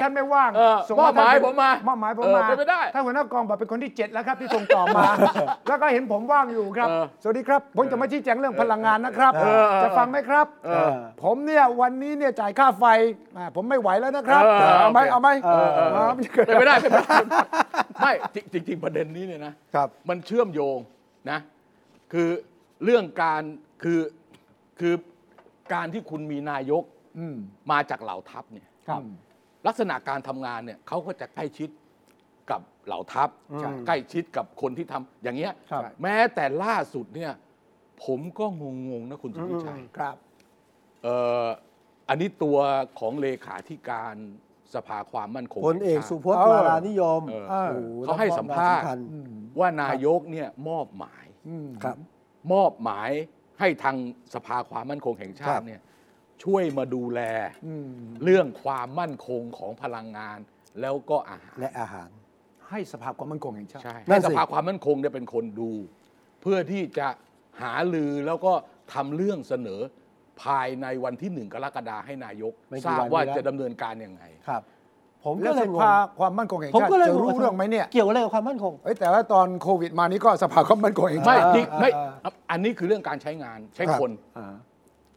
Speaker 3: ท่านไม่ว่าง
Speaker 2: เออ
Speaker 3: ส่งท่น
Speaker 2: มอบหมายผมมา
Speaker 3: อบหมายผม
Speaker 2: เออ
Speaker 3: มา
Speaker 2: เป็นไปได้
Speaker 3: ท่านหัวหน้ากองบอกเป็นคนที่เจ็ดแล้วครับที่ส่งต่อมา แล้วก็เห็นผมว่างอยู่ครับ
Speaker 2: เออ
Speaker 3: สวัสดีครับ ผมจะมาชี้แจงเรื่องพลังงานนะครับ จะฟังไหมครับ
Speaker 1: เออ
Speaker 3: ผมเนี่ยวันนี้เนี่ยจ่ายค่าไฟอ่าผมไม่ไหวแล้วนะครับ
Speaker 2: เออ
Speaker 3: เอาไหม
Speaker 2: โอเค
Speaker 3: เอาไหม
Speaker 1: เออเออ
Speaker 3: เอาไม่เกิด
Speaker 2: เป็นไม่ได้เป็นไม่ได้ไม่จริงจริง ๆ ประเด็นนี้เนี่ยนะครับ มันเชื่อมโยงนะ คือเรื่องการคือคือการที่คุณมีนายก
Speaker 3: อืม
Speaker 2: มาจากเหล่าทัพเนี่ย
Speaker 1: ครับ
Speaker 2: ลักษณะการทำงานเนี่ยเขาก็จะใกล้ชิดกับเหล่าทัพ
Speaker 1: ใช่
Speaker 2: ใกล้ชิดกับคนที่ทำอย่างเงี้ย
Speaker 1: ครับ
Speaker 2: แม้แต่ล่าสุดเนี่ย ผมก็งงๆนะคุณสุทธิชัย
Speaker 3: ครับ
Speaker 2: เอ่ออันนี้ตัวของเลขาธิการสภาความมั่นคง
Speaker 1: พลเอกสุพจน์
Speaker 3: เออ
Speaker 1: มาลานิยม
Speaker 2: เออ
Speaker 3: เออ
Speaker 1: โอ้โ
Speaker 2: เขาให้
Speaker 1: รับ
Speaker 2: สัม
Speaker 1: อบย
Speaker 2: ภาษณ์
Speaker 1: สำคัญ
Speaker 2: ว่านายกเนี่ยมอบหมาย
Speaker 3: อืม
Speaker 1: ครับ
Speaker 2: มอบหมายให้ทางสภาความมั่นคงแห่งชา
Speaker 1: ครั
Speaker 2: ติ
Speaker 1: บ
Speaker 2: เนี่ยช่วยมาดูแล
Speaker 3: อืม
Speaker 2: เรื่องความมั่นคงของพลังงาน แล้วก็อาหาร
Speaker 1: และอาหาร
Speaker 3: ให้สภาความมั่นคงแห่งชาติ
Speaker 2: ใช่
Speaker 1: นั่
Speaker 2: ให้
Speaker 1: นสิ
Speaker 2: สภาความมั่นคงเนี่ยเป็นคนดู เพื่อที่จะหาลือแล้วก็ทำเรื่องเสนอภายในวันที่หนึ่งกรกฎาให้นายก
Speaker 1: ไม่กี่
Speaker 2: ทราบ
Speaker 1: วัน
Speaker 2: ว่า
Speaker 1: นี้แล้ว
Speaker 2: จะดำเนินการยังไง
Speaker 1: ครับ ผม
Speaker 3: แล้
Speaker 1: ก็
Speaker 3: ว
Speaker 1: เล
Speaker 3: ส
Speaker 1: ยงง
Speaker 3: ภาความมั่นคงแห่ง
Speaker 1: ผม
Speaker 3: ชาติ
Speaker 1: ก็เลย
Speaker 3: จะ
Speaker 1: ง
Speaker 3: รู้
Speaker 1: ว่า
Speaker 3: เรื่องไหมเนี่ย
Speaker 1: เกี่ยวอะไรกับความมั่นคง
Speaker 3: เอ้ยแต่ว่าตอนโควิดมานี้ก็สภาความมั่นคงแห่ง
Speaker 2: ไม่
Speaker 3: ชาติ
Speaker 2: จริงไม่
Speaker 1: อ่าอ่า
Speaker 2: อันนี้คือเรื่องการใช้งานใช้
Speaker 1: รับ
Speaker 2: คน
Speaker 1: อ่า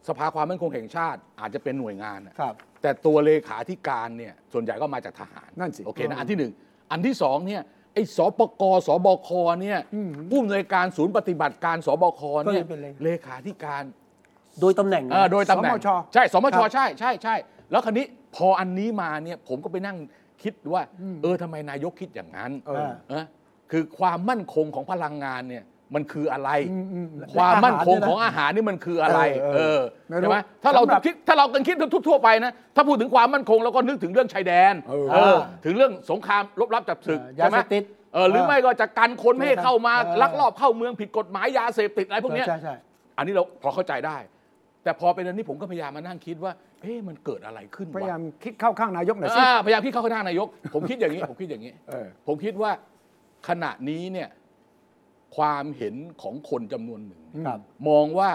Speaker 2: สภาความมั่นคงแห่งชาติอาจจะเป็นหน่วยงานน่ะ
Speaker 1: ครับ
Speaker 2: แต่ตัวเลขาธิการเนี่ยส่วนใหญ่ก็มาจากทหาร
Speaker 3: นั่นสิ
Speaker 2: โอเคนะอันที่หนึ่งอันที่สองเนี่ยไอ้สปกสบคเนี่ยผู้อำนวยการศูนย์ปฏิบัติการสบคเนี่ย
Speaker 1: ก็เลยเป็นเลขา
Speaker 2: เลขาธิการ
Speaker 1: โดยตำแหน่งนะ
Speaker 2: เอ่อโดยตำแหน่ง
Speaker 3: สมช
Speaker 2: ใช่สม
Speaker 1: ค
Speaker 2: ช
Speaker 1: รับ
Speaker 2: ใช่ใช่ใช่แล้วคันนี้พออันนี้มาเนี่ยผมก็ไปนั่งคิดว่า เออทำไมนายกคิดอย่างนั้น
Speaker 1: เออ
Speaker 2: นะคือความมั่นคงของพลังงานเนี่ยมันคืออะไร
Speaker 1: ม
Speaker 2: ความมั่นคง
Speaker 1: และอาหารด้วยนะ
Speaker 2: ของอาหารนี่มันคืออะไร
Speaker 3: เออเอ
Speaker 2: เอ
Speaker 3: อ
Speaker 2: อ
Speaker 3: ไม่รู้
Speaker 2: ใช่ไหมถ้าเรา
Speaker 3: สำหรับ
Speaker 2: คิดถ้าเรากันคิดทั่วๆไปนะ ถ้าพูดถึงความมั่นคงเราก็นึกถึงเรื่องชายแดน เออ ถึงเรื่องสงครามลบลับจับศึก
Speaker 1: เออยา
Speaker 2: ใช่ไหม
Speaker 1: เสพติด
Speaker 2: เอ อหรือไม่ก็จะกันคนไม่ให้เข้ามา
Speaker 1: เออ
Speaker 2: ลักลอบเข้าเมืองผิดกฎหมายยาเสพติดอะไรพวกเนี้ย
Speaker 1: ใช่ใช่
Speaker 2: อันนี้เราพอเข้าใจได้ แต่พอเป็นอันนี้ผมก็พยายามมานั่งคิดว่า เอ๊ะมันเกิดอะไรขึ้น
Speaker 3: พ
Speaker 2: วะ
Speaker 3: ยายามคิดเข้าข้างนายกหน่อยสิ
Speaker 2: อ่าพยายามคิดเข้าข้างหน้านายก ผมคิดอย่างนี้ ผมคิดอย่างนี้
Speaker 3: เออ
Speaker 2: ผมคิดว่าขณะนี้เนี่ยความเห็นของคนจำนวนหนึ่งเนี่ย
Speaker 1: ครับ
Speaker 2: มองว่า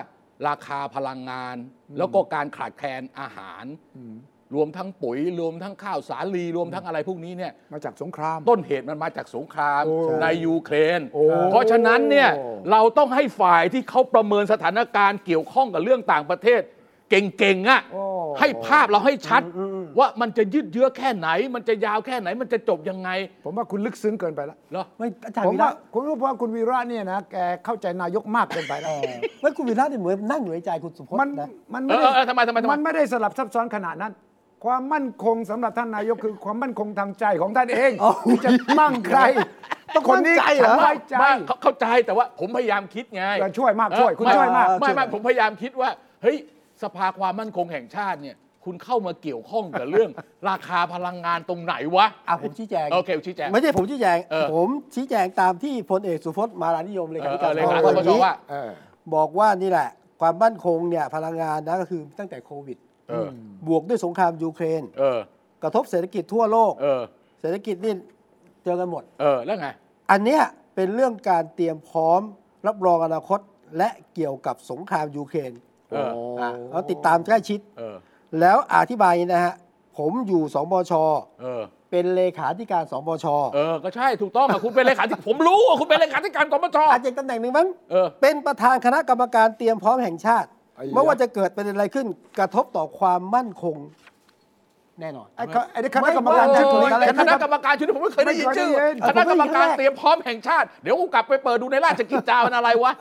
Speaker 2: ราคาพลังงาน แล้วก็การขาดแคลนอาหาร รวมทั้งปุ๋ย รวมทั้งข้าวสาลีรวมทั้งอะไรพวกนี้เนี่ย
Speaker 3: มาจากสงคราม
Speaker 2: ต้นเหตุมันมาจากสงคราม
Speaker 3: โอ้
Speaker 2: ในยูเครน
Speaker 3: โอ้
Speaker 2: เพราะฉะนั้นเนี่ยเราต้องให้ฝ่ายที่เขาประเมินสถานการณ์เกี่ยวข้องกับเรื่องต่างประเทศ เก่งๆอะ
Speaker 3: โอ้
Speaker 2: ให้ภาพเราให้ชัด ว่ามันจะยืดเยื้อแค่ไหน มันจะยาวแค่ไหน มันจะจบยังไง
Speaker 3: ผมว่าคุณลึกซึ้งเกินไปแล้ว
Speaker 2: เหรอ
Speaker 1: ไม่อาจารย์
Speaker 3: ผม
Speaker 1: วี
Speaker 3: ว่า
Speaker 1: ระ
Speaker 3: คุณรู้ว่าคุณวีระเนี่ยนะแกเข้าใจนายกมากเกินไปแล้ว
Speaker 1: เออ ไม่คุณวีระเนี่ยเหมือนนั่งอยู่ในใจคุณสุพจ
Speaker 3: มัน
Speaker 1: น์นะ
Speaker 3: มันไม่ได้
Speaker 2: เออเออทำไมทำไมทำไม
Speaker 3: มันไม่ได้สลับซับซ้อนขนาดนั้น ความมั่นคงสำหรับท่านนายกคือความมั่นคงทางใจของท่านเอง
Speaker 1: อ๋อ
Speaker 3: ที่จะมั่งใครต้องคนนี้
Speaker 1: มั่นใจเหรอ
Speaker 3: ฉันไว้ใจ
Speaker 2: ไม่เขาเข้าใจแต่ว่าผมพยายามคิดไง
Speaker 3: เออช่วยมากช่วยคุณ
Speaker 2: เออ
Speaker 3: ช่วยมาก
Speaker 2: ไไม่
Speaker 1: ช่วย
Speaker 2: ไม่ผมพยายามคิดว่า เฮ้ยสภาความมั่นคงแห่งชาติเนี่ย คุณเข้ามาเกี่ยวข้องกับเรื่อง ราคาพลังงานตรงไหนวะ
Speaker 1: อ่ะผมชี้แจง
Speaker 2: โอเคชี้แจง
Speaker 1: ไม่ใช่ผมชี้แจง
Speaker 2: เออ
Speaker 1: ผมชี้แจงตามที่พลเอกสุพจน์มารานิยมเลย
Speaker 2: เอ
Speaker 1: ค
Speaker 2: อ
Speaker 1: รับ
Speaker 2: เออเลขา
Speaker 1: บ
Speaker 2: ส
Speaker 1: อก
Speaker 2: ปช
Speaker 1: ว่า
Speaker 2: ว่า
Speaker 3: เออ
Speaker 1: บอกว่านี่แหละ ความมั่นคงเนี่ยพลังงานนะก็คือตั้งแต่โควิด
Speaker 2: เออ
Speaker 1: บวกด้วยสงครามยูเครน
Speaker 2: เออ
Speaker 1: กระทบเศรษฐกิจทั่วโลก
Speaker 2: เออ
Speaker 1: เศรษฐกิจนี่เจอกันหมด
Speaker 2: เออ แล้วไง
Speaker 1: อันเนี้ยเป็นเรื่องการเตรียมพร้อมรับรองอนาคตและเกี่ยวกับสงครามยูเครน
Speaker 2: เออ
Speaker 1: ะเราติดตามใกล้ชิด
Speaker 2: เออ
Speaker 1: แล้วอธิบายนะฮะ ผมอยู่สบช
Speaker 2: เออ
Speaker 1: เป็นเลขาธิการสบช
Speaker 2: เออ ก็ใช่ ถูกต้องอะคุณเป็นเลขาธิผมรู้อะคุณเป็นเลขาธิการกมช
Speaker 1: อาจจะตำแหน่งหนึ่งมั้ง
Speaker 2: เออ
Speaker 1: เป็นประธานคณะกรรมการเตรียมพร้อมแห่งชาติ
Speaker 3: ไอ้เหี้ย
Speaker 1: ไม่ว่าจะเกิดเป็นอะไรขึ้นกระทบต่อความมั่นคง แน่นอน
Speaker 3: ไอ้เขาไอ้คณะกรรมการชุดนี้อะไร
Speaker 2: ค
Speaker 3: ค
Speaker 2: ณะ
Speaker 3: ณะ
Speaker 2: ก
Speaker 3: ก
Speaker 2: รร
Speaker 3: รร
Speaker 2: ม
Speaker 3: ม
Speaker 2: การชุดนี้ผมไม่เคยได้ยินชื่อ
Speaker 3: ไม่เคย
Speaker 2: ค
Speaker 3: ได้ยิน
Speaker 2: ณะกรรม
Speaker 1: ผม
Speaker 2: การ
Speaker 1: ไม่เคยได้ยิน
Speaker 2: เตรียมพร้อมแห่งชาติ เดี๋ยวกูกลับไปเปิดดูในราชกิจจามันอะไรวะ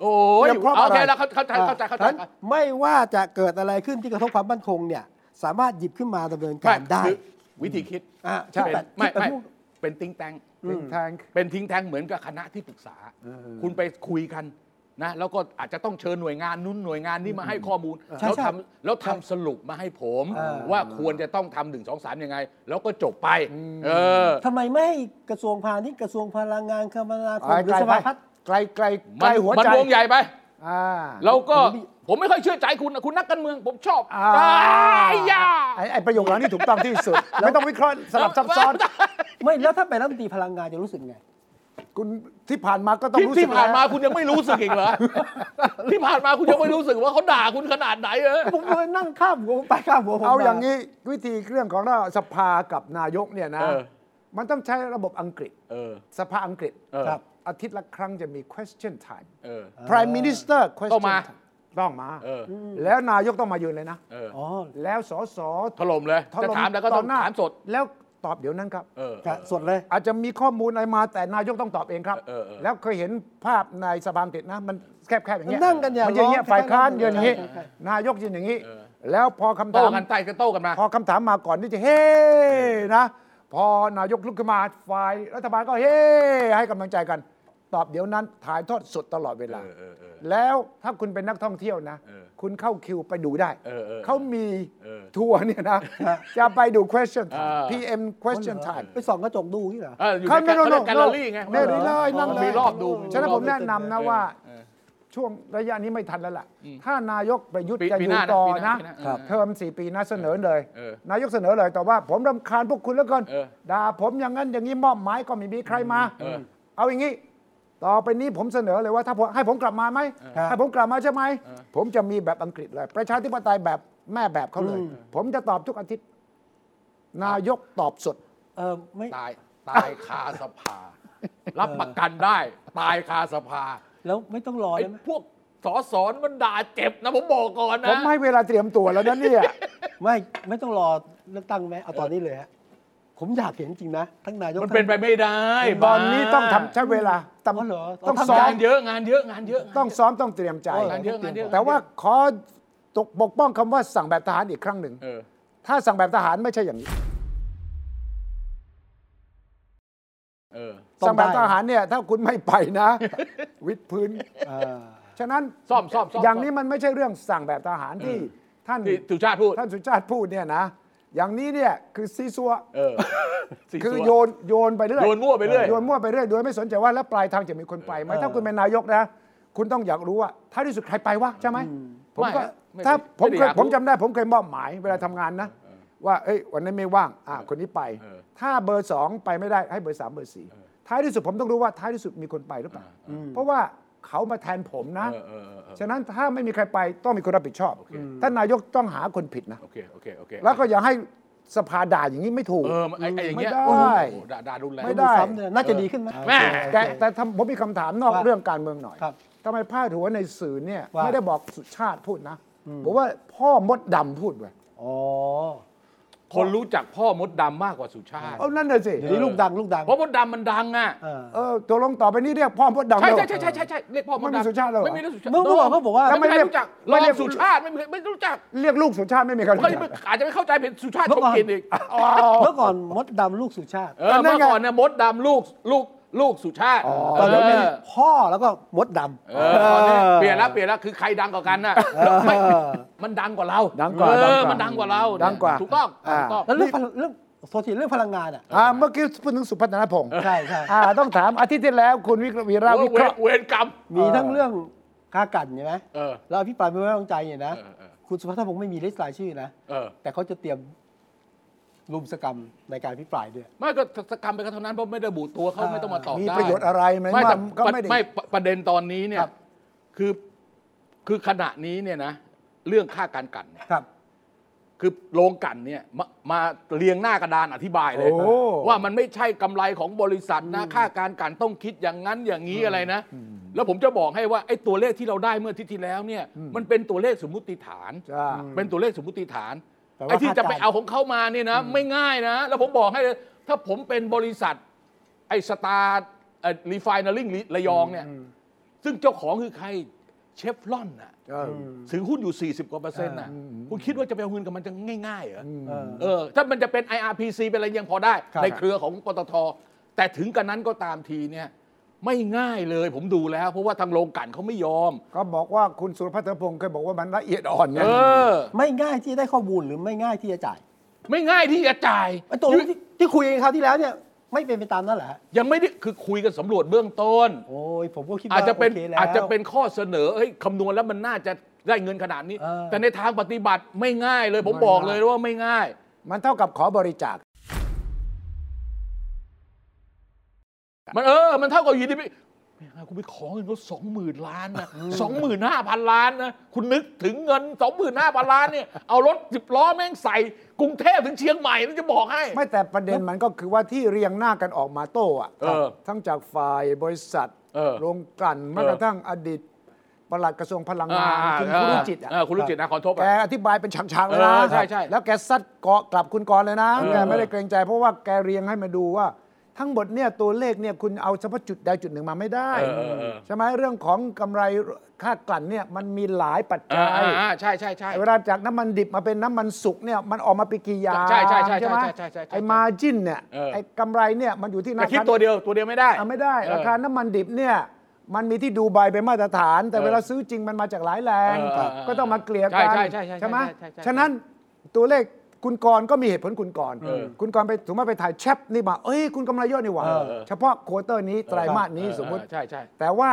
Speaker 2: โอ้ย
Speaker 3: เตรียมพร้อม
Speaker 2: เอาโอเค
Speaker 3: อะไร
Speaker 2: แล้วเข้าเข้าใจเข้าใจเข้าใจ
Speaker 1: อ่ะนั้นไม่ว่าจะเกิดอะไรขึ้นที่กระทบความมั่นคงเนี่ย สามารถหยิบขึ้นมาดำเนินการได้
Speaker 2: คือวิธีคิด
Speaker 1: อ่ะ
Speaker 3: ใช่
Speaker 1: คิด
Speaker 2: เป็น
Speaker 1: แบบ
Speaker 2: ไม่
Speaker 1: คิดแบบ
Speaker 2: ไม่
Speaker 1: พวก
Speaker 2: เป็นติงแตง
Speaker 3: think tank
Speaker 2: เป็นทิ้งแทงเหมือนกับคณะที่ปรึกษา คุณไปคุยกันนะแล้วก็อาจจะต้องเชิญหน่วยงานนู้นหน่วยงานนี้มาให้ข้อมูล
Speaker 1: ใช่
Speaker 2: แล้ว
Speaker 1: ใช่
Speaker 2: ทำแล้วทำสรุปมาให้ผม
Speaker 1: เออ
Speaker 2: ว่าควรจะต้องทำหนึ่งสองสามยังไง แล้วก็จบไปเออ
Speaker 1: ทำไมไม่ให้กระทรวงพาณิชย์กระทรวงพลังงานคมนาคม
Speaker 3: ไอ้
Speaker 1: หรื
Speaker 3: ไก
Speaker 1: อ
Speaker 3: ล
Speaker 1: ส
Speaker 3: ไป
Speaker 1: ภาพัฒน์
Speaker 3: ไกลไกลไก
Speaker 2: มั
Speaker 3: ล
Speaker 2: น
Speaker 3: หัว
Speaker 2: มัน
Speaker 3: ใจ
Speaker 2: วงใหญ่ไป
Speaker 3: อ่า
Speaker 2: แล้วก็ผมไม่ค่อยเชื่อใจคุณนะคุณนักการเมืองผมชอบ
Speaker 3: อ่า
Speaker 2: ไอ้ยา
Speaker 3: ไอ้ไอ้ประโยคหลังนี่ถูกต้องที่สุด ไม่ต้องวิเคราะห์สลับซับซ้อน
Speaker 1: ไม่แล้วถ้าเป็นรัฐมนตรีพลังงานจะรู้สึกไง
Speaker 3: คุณที่ผ่านมาก็ต้อง
Speaker 2: ที่
Speaker 3: รู้สึก
Speaker 2: ที่ผ่านมา
Speaker 3: แล้ว
Speaker 2: คุณยังไม่รู้สึกอีกเหร อ ที่ผ่านมาคุณยังไม่รู้สึกว่าเขาด่าคุณขนาดไหนเออ
Speaker 1: ผมเลยนั่งข้ามหัวผมไปข้ามหัวผม
Speaker 3: เอาอย่าง
Speaker 1: นี้
Speaker 3: นี้วิธีเรื่องของเราสภากับนายกเนี่ยนะ
Speaker 2: เออ
Speaker 3: มันต้องใช้ระบบอังกฤษ
Speaker 2: เออ
Speaker 3: สภาอังกฤษ
Speaker 2: เออ
Speaker 1: ครับ
Speaker 3: อาทิตย์ละครั้งจะมี question time
Speaker 2: เออ
Speaker 3: prime minister
Speaker 2: ต้
Speaker 3: question
Speaker 2: องมา
Speaker 3: time ต้องมา
Speaker 2: เออ
Speaker 3: แล้วนายกต้องมายืนเลยนะ
Speaker 2: เออ
Speaker 1: อ๋อ
Speaker 3: แล้วสส
Speaker 2: ถล่มเลย
Speaker 3: ถ
Speaker 2: จะถามแล้วก็ต้อง
Speaker 3: หน้
Speaker 2: ถามสด
Speaker 3: แล้วตอบเดี๋ยวนั้นครับ
Speaker 2: เออ
Speaker 1: จะสดเลย
Speaker 3: อาจจะมีข้อมูลอะไรมาแต่นายกต้องตอบเองครับ
Speaker 2: เออเออ
Speaker 3: แล้วเคยเห็นภาพในสภาอังกฤษนะ มันแคบๆอย่างเงี้ย
Speaker 1: นั่งกันอย่าง
Speaker 3: มันอย่างเงี้ย
Speaker 1: ร้อน
Speaker 3: ฝ่ายค้านยืนอย่างงี้
Speaker 1: ใช่ใช่ใช่
Speaker 3: นายกยืนอย่างงี้ แล้วพอคำ
Speaker 2: โต้
Speaker 3: ถาม
Speaker 2: กันใต้กันโต้กันมา
Speaker 3: พอคำถามมาก่อนที่จะเฮ้นะ พอนายกลุกขึ้นมาฝ่ายรัฐบาลก็เฮ้ให้กำลังใจกัน ตอบเดี๋ยวนั้นถ่ายทอดสดตลอดเวลา แล้วถ้าคุณเป็นนักท่องเที่ยวนะ คุณเข้าคิวไปดูได้
Speaker 2: เออเออ
Speaker 3: เขามี
Speaker 2: เออ
Speaker 3: ทัวร์เนี่ยนะ จะไปดู question
Speaker 2: อ่า
Speaker 3: time PM question time
Speaker 1: ไปส่องกระจกดูนี่เหรอ
Speaker 2: เอออยู่
Speaker 3: เขา
Speaker 2: ใน
Speaker 3: ไม่
Speaker 2: แกลเขาเรียกแก
Speaker 3: รู้
Speaker 2: ลเลอรี่ไง
Speaker 3: แกลเลอรี่เลยนั่งเลย
Speaker 2: มีรอบดู
Speaker 3: ฉะนั้นผมแนะนำนะ
Speaker 2: เออ
Speaker 3: ว่า ช่วงระยะนี้ไม่ทันแล้วล่ะ ถ้านายกประยุทธ์
Speaker 2: ปี
Speaker 3: จะ
Speaker 2: ปี
Speaker 3: อ
Speaker 2: ห
Speaker 3: ยู่
Speaker 2: น้านะ
Speaker 3: ต่อ
Speaker 2: ปีหน้า
Speaker 3: นะ
Speaker 2: ปีหน้าครับ
Speaker 3: เทอมสี่ปีนะเสนอเลย
Speaker 2: เออน
Speaker 3: ายกเสนอเลยแต่ว่าผมรำคาญพวกคุณแล้วกัน
Speaker 2: เออ
Speaker 3: ด่าผมอย่างนั้นอย่างนี้มอบหมายก็ไม่มีใครมา
Speaker 2: เออ
Speaker 3: เอาอย่างนี้ ต่อไปนี้ผมเสนอเลยว่าถ้าผมให้ผมกลับมาไหม
Speaker 1: ครับ
Speaker 3: ให้ผมกลับมาใช่ไหม ผมจะมีแบบอังกฤษเลย ประชาธิปไตยแบบแม่แบบเขาเลย ผมจะตอบทุกอาทิตย์ นายกตอบสด
Speaker 1: เออไม่
Speaker 2: ตายตายคาสภา รับประกันได้ ตายคาสภา
Speaker 1: แล้วไม่ต้องรอ
Speaker 2: ไอ้
Speaker 1: ได้ไหม
Speaker 2: พวกสอสอนมันด่าเจ็บนะผมบอกก่อนนะ
Speaker 3: ผมให้เวลาเตรียมตัวแล้วนะเนี่ย
Speaker 1: ไม่ ไม่ต้องรอเลือกตั้งไหมเอาตอนนี้เลยฮะ ผมอยากเห็นจริงนะ ทั้งนายก
Speaker 2: มันเป็นไปไม่ได้
Speaker 3: ต
Speaker 2: บ้า
Speaker 3: อนนี้ต้องทำใช้เวลา
Speaker 1: ทั้งอ๋อเหรอ
Speaker 3: ต้อง
Speaker 1: ทำ
Speaker 3: ซ้อม
Speaker 2: งานเยอะงานเยอะงานเยอะ
Speaker 3: ต้องซ้อมต้องเตรียมใจ
Speaker 2: งานเยอะงานเยอะ
Speaker 3: แต่ว่าขอตกบกป้องคำว่าสั่งแบบทหารอีกครั้งหนึ่ง
Speaker 2: เออ
Speaker 3: ถ้าสั่งแบบทหารไม่ใช่อย่างนี้
Speaker 2: เออ
Speaker 1: ต้อ
Speaker 3: สั่
Speaker 1: ง
Speaker 3: งแบ
Speaker 1: ได้
Speaker 3: บทหารเนี่ยถ้าคุณไม่ไปนะ วิดพื้น
Speaker 1: เออ
Speaker 3: ฉะนั้น
Speaker 2: ซ่อมซ่อมซ่อม
Speaker 3: อย่างนี้มันไม่ใช่เรื่องสั่งแบบทหารที่ท่าน
Speaker 2: ที่สุชาติพูด
Speaker 3: ท่านสุชาติพูดเนี่ยนะ อย่างนี้เนี่ยคือซีซัว
Speaker 2: เออสี่
Speaker 3: คือ
Speaker 2: ตัว
Speaker 3: โยนโยนไปเรื่อย
Speaker 2: โยนมั่วไปเรื่อย
Speaker 3: โยนมั่วไปเรื่อยโดยไม่สนใจว่าแล้วปลายทางจะมีคนไปไหมถ้าคุณเป็นนายกนะ คุณต้องอยากรู้ว่าท้ายที่สุดใครไปวะใช่ไหมผมก็
Speaker 2: ไม่
Speaker 3: ถ้า
Speaker 2: ไม่
Speaker 3: ผม
Speaker 2: ได้
Speaker 3: เค
Speaker 2: อย ยากรู้
Speaker 3: ผมจำได้ผมเคยมอบหมายเวลาทำงานนะ ว่าเอ้ยวันนี้ไม่ว่างอ่าคนนี้ไป
Speaker 2: เออ
Speaker 3: ถ้าเบอร์สองไปไม่ได้ให้เบอร์สามเบอร์สี่ท้ายที่สุดผมต้องรู้ว่าท้ายที่สุดมีคนไปหรือเปล่าเพราะว่าเขามาแทนผมนะ
Speaker 2: เออเออเออเออ
Speaker 3: ฉะนั้นถ้าไม่มีใครไปต้องมีคนรับผิดชอบท่านนายกต้องหาคนผิดนะ
Speaker 2: โอเคโอเคโอเค
Speaker 3: แล้วก็อย่าให้สภาด่าอย่างนี้ไม่ถูก
Speaker 2: เออไอ้ไอ้อย่างเงี้ย
Speaker 3: ไม่ได้
Speaker 2: โอ้โหด่าด่ารุนแรง
Speaker 3: ไม่ได้
Speaker 1: ซ้ำเนี่ยน่าจะดีขึ้นไหม
Speaker 2: แม่
Speaker 3: แต่แต่ทำผมมีคำถามนอก
Speaker 1: ว่า
Speaker 3: เรื่องการเมืองหน่อย
Speaker 1: ครับ
Speaker 3: ทำไมพาดหัวในสื่อเนี่ย
Speaker 1: ว่า
Speaker 3: ไม่ได้บอกสุชาติพูดนะบอกว่าพ่อมดดำพูดไว้
Speaker 1: อ๋อ
Speaker 2: คนรู้จักพ่อมดดำมากกว่าสุชาติ
Speaker 3: เอานั่นเลยสิ
Speaker 1: เดี๋ยวนี้ลูกดังลูกดัง
Speaker 2: เพราะมดดำมันดังอ่ะ
Speaker 1: เออ
Speaker 3: เออตัวลงต่อไปนี่เรียกพ่อมดดำ
Speaker 2: ใช่
Speaker 3: แล้ว
Speaker 2: ใช่ใช่ใช่ใช่ใช่เรียกพ่อมด
Speaker 3: ไม่มี
Speaker 2: ดำ
Speaker 3: สุชาติเหรอ
Speaker 2: ไม่มีเรื่องสุชาติ
Speaker 1: เมื่อเมื่อวานเขาบอกว่า
Speaker 2: ไม่มีใคร
Speaker 3: แล้วไม่เรียก
Speaker 2: รู้จัก
Speaker 3: ไม่
Speaker 2: รอ
Speaker 3: เรีย
Speaker 2: ง
Speaker 3: ก
Speaker 2: สุชาติไม่มีใครไม่รู้จัก
Speaker 3: เรีย
Speaker 2: ก็
Speaker 3: กลูกสุชาติไม่มีใครรู้จัก
Speaker 2: อาจจะไม่เข้าใจเป็นสุชาติ
Speaker 1: เมื่
Speaker 2: ช
Speaker 1: อก ก่อน
Speaker 2: กินอีก
Speaker 3: อ๋อ
Speaker 1: เมื่อก่อนมดดำลูกสุชาติ
Speaker 2: เออ
Speaker 3: นั่
Speaker 2: เมื่
Speaker 3: น
Speaker 2: อ
Speaker 3: ไง
Speaker 2: ก่อนเนี่ยมดดำลูกลูกลูกสุชาติ
Speaker 1: ตอนนี้เป็น
Speaker 2: เออ
Speaker 1: พ่อแล้วก็มดด
Speaker 2: เออตอนนี้
Speaker 1: ำ
Speaker 2: เปลี่ยนแล้วเปลี่ยนแล้วคือใครดังกว่ากันน่ะไม่มันดังกว่าเรา
Speaker 3: ดังกว่า
Speaker 2: เอ
Speaker 3: ดังก
Speaker 2: อ
Speaker 3: ว่า
Speaker 2: มันดังกว่าเรา
Speaker 3: ดังกว่า
Speaker 2: ถูกต้อง
Speaker 3: อ่า
Speaker 2: ถูกต้อง
Speaker 1: แล้วเรื่องพลังเรื่องโซเชียลเรื่องพลังงานอ่ะ
Speaker 3: อ่าเมื่อกี้พูดถึงสุพัฒนพงศ์
Speaker 1: ใช่ใช่
Speaker 3: อ่าต้องถามอาทิตย์ที่แล้วคุณวิกรวีระ
Speaker 2: เว
Speaker 3: วิเค
Speaker 2: ร
Speaker 3: ราะห์
Speaker 2: เวรกรรม
Speaker 1: มีทั้งเรื่องคากันใช่ไหม
Speaker 2: เออ
Speaker 1: แล้วอภิปรายไม่ไว้วางใจเนี่ยนะ
Speaker 2: เออเออ
Speaker 1: คุณสุพัฒน์พงศ์ไม่มีลิสต์รายชื่อนะ
Speaker 2: เออ
Speaker 1: แต่เขาจะเตรียมรุมสกรรมในการอภิปรายด้วย
Speaker 2: ไม่ก็สกรรมไปก็เท่านั้นเพราะไม่ได้ระบุตัวเขาไม่ต้องมาตอบ
Speaker 3: มี
Speaker 2: ได้
Speaker 3: ประโยชน์อะไรไหม
Speaker 2: ไม่แต่
Speaker 3: มันก็ไม่ได้
Speaker 2: ไม่ประประเด็นตอนนี้เนี่
Speaker 1: ค
Speaker 2: ย
Speaker 1: รับ
Speaker 2: คือคือขณะนี้เนี่ยนะเรื่องค่าการกันเนี่ย
Speaker 1: ครับ
Speaker 2: คือโรงกลันเนี่ยมามาเรียงหน้ากระดานอธิบายเลย
Speaker 3: โอ้
Speaker 2: ว่ามันไม่ใช่กำไรของบริษัทนะค่าการกันต้องคิดอย่างนั้นอย่างนี้อะไรนะ แล้วผมจะบอกให้ว่าไอ้ตัวเลขที่เราได้เมื่ออาทิตย์ที่แล้วเนี่ย มันเป็นตัวเลขสมมุติฐาน
Speaker 3: จ้า
Speaker 2: เป็นตัวเลขสมมติฐาน
Speaker 1: แต่ว่า
Speaker 2: ไอ้ที่จะไป
Speaker 1: คาดการณ์
Speaker 2: เอาของเขามาเนี่ยนะ ไม่ง่ายนะ แล้วผมบอกให้เลยถ้าผมเป็นบริษัท ไอ้สตาร์รีไฟนาริ่งระยองเนี่ย ซึ่งเจ้าของคือใครเชฟลอนน่ะถือหุ้นอยู่ 40 กว่าเปอร์เซ็นต์น่ะคุณคิดว่าจะไปเอาเงินกับมันจะง่ายๆเหรอ
Speaker 1: เออ
Speaker 2: เออ ถ้ามันจะเป็น IRPC เป็นอะไรยังพอได้
Speaker 1: ครับ
Speaker 2: ในเครือของปตท แต่ถึงกันนั้นก็ตามทีเนี่ย ไม่ง่ายเลยผมดูแล้ว เพราะว่าทางโรงกลันเขาไม่ยอม
Speaker 3: ก็บอกว่าคุณสุรพัฒนพงศ์เคยบอกว่ามันละเอียดอ่อนไง
Speaker 2: เออ
Speaker 1: ไม่ง่ายที่จะได้ข้อมูลหรือไม่ง่ายที่จะจ่าย
Speaker 2: ไม่ง่ายที่จะจ่าย
Speaker 1: ไอ้ตัวที่ที่คุยกันคราวที่แล้วเนี่ย ไม่เป็นไปตามนั้นเหรอฮะ
Speaker 2: ยังไม่ได้คือคุยกันสำรวจเบื้องต้น
Speaker 1: โอ้ยผมก็คิดว่า
Speaker 2: อาจจะเป็น
Speaker 1: โคแล้ว
Speaker 2: อาจจะเป็นข้อเสนอเฮ้ยคำนวณแล้วมันน่าจะได้เงินขนาดนี้
Speaker 1: เออ
Speaker 2: แต่ในทางปฏิบัติไม่ง่ายเลย ผมบอกเลยว่าไม่ง่าย
Speaker 3: มันเท่ากับขอบริจาค
Speaker 2: มันเออ มันเท่ากับอยู่ดีไปแม่งคุณไปขอเงินเขาสองหมื่นล้านนะสองหมื่นห้าพันล้านนะคุณนึกถึงเงินสองหมื่นห้าพันล้านเนี่ยเอารถสิบล้อแม่งใส่กรุงเทพถึงเชียงใหม่นั่นจะบอกให้
Speaker 3: ไม่แต่ประเด็นมันก็คือว่าที่เรียงหน้ากันออกมาโต้อะ
Speaker 2: เออ
Speaker 3: ทั้งจากฝ่ายบริษัท
Speaker 2: เออ
Speaker 3: โรงกลั่นแม้กระทั่งอดีตปลัดกระทรวงพลัง
Speaker 2: อ่าง
Speaker 3: านคุณคุณรุจิตอะ
Speaker 2: เออคุณรุจิตนะขอโทษ
Speaker 3: แก
Speaker 2: อะ
Speaker 3: อธิบายเป็นฉากๆเลยนะ
Speaker 2: เออใช่ใช่
Speaker 3: แล้วแกซัดเกาะกลับคุณกรณ์เลยนะ
Speaker 2: เออ
Speaker 3: แกไม่ได้เกรงใจ เพราะว่าแกเรียงให้มาดูว่า ทั้งหมดเนี่ยตัวเลขเนี่ยคุณเอาเฉพาะจุดใดจุดหนึ่งมาไม่ได้
Speaker 2: เออเออเออ
Speaker 3: ใช่ไหมเรื่องของกำไรค่ากลั่นเนี่ยมันมีหลายปัจจั
Speaker 2: อ่าย อ่าใช่ใช่ใช่
Speaker 3: เวลาจากน้ำมันดิบมาเป็นน้ำมันสุกเนี่ยมันออกมาเป็นกี่อย่าง
Speaker 2: ใช่ใช่ใช่ใช่
Speaker 3: ไหม
Speaker 2: ใช่ใช่ใช่
Speaker 3: ไอ้มาจินเนี่ย
Speaker 2: เออ
Speaker 3: ไอ้กำไรเนี่ยมันอยู่ที่
Speaker 2: แต่
Speaker 3: รา
Speaker 2: คิด
Speaker 3: คา
Speaker 2: ตัวเดียวตัวเดียวไม่ได้
Speaker 3: อ่ะไม่ได้ ราคาน้ำมันดิบเนี่ยมันมีที่ดูไบเป็นมาตรฐาน แต่
Speaker 2: เออ
Speaker 3: เวลาซื้อจริงมันมาจากหลายแรง
Speaker 2: เออเออเออ
Speaker 3: ก็ต้องมาเกลี่ยกัน
Speaker 2: ใช่ใช่ใช่ใช่
Speaker 3: ไหม
Speaker 2: ใช่ใช่ใช่
Speaker 3: ฉะนั้นตัวเลขคุณกรณ์ก็มีเหตุผลคุณกรณ์
Speaker 2: เออ
Speaker 3: คุณกรณ์ไปถึงมาไปถ่ายแชปนี่มาเอ้ยคุณกำไรเยอะนี่หว่า
Speaker 2: เออเออ
Speaker 3: เฉพาะควอเตอร์นี้ไตรมาสนี้สมมติ
Speaker 2: เออใช่ใช่
Speaker 3: แต่ว่า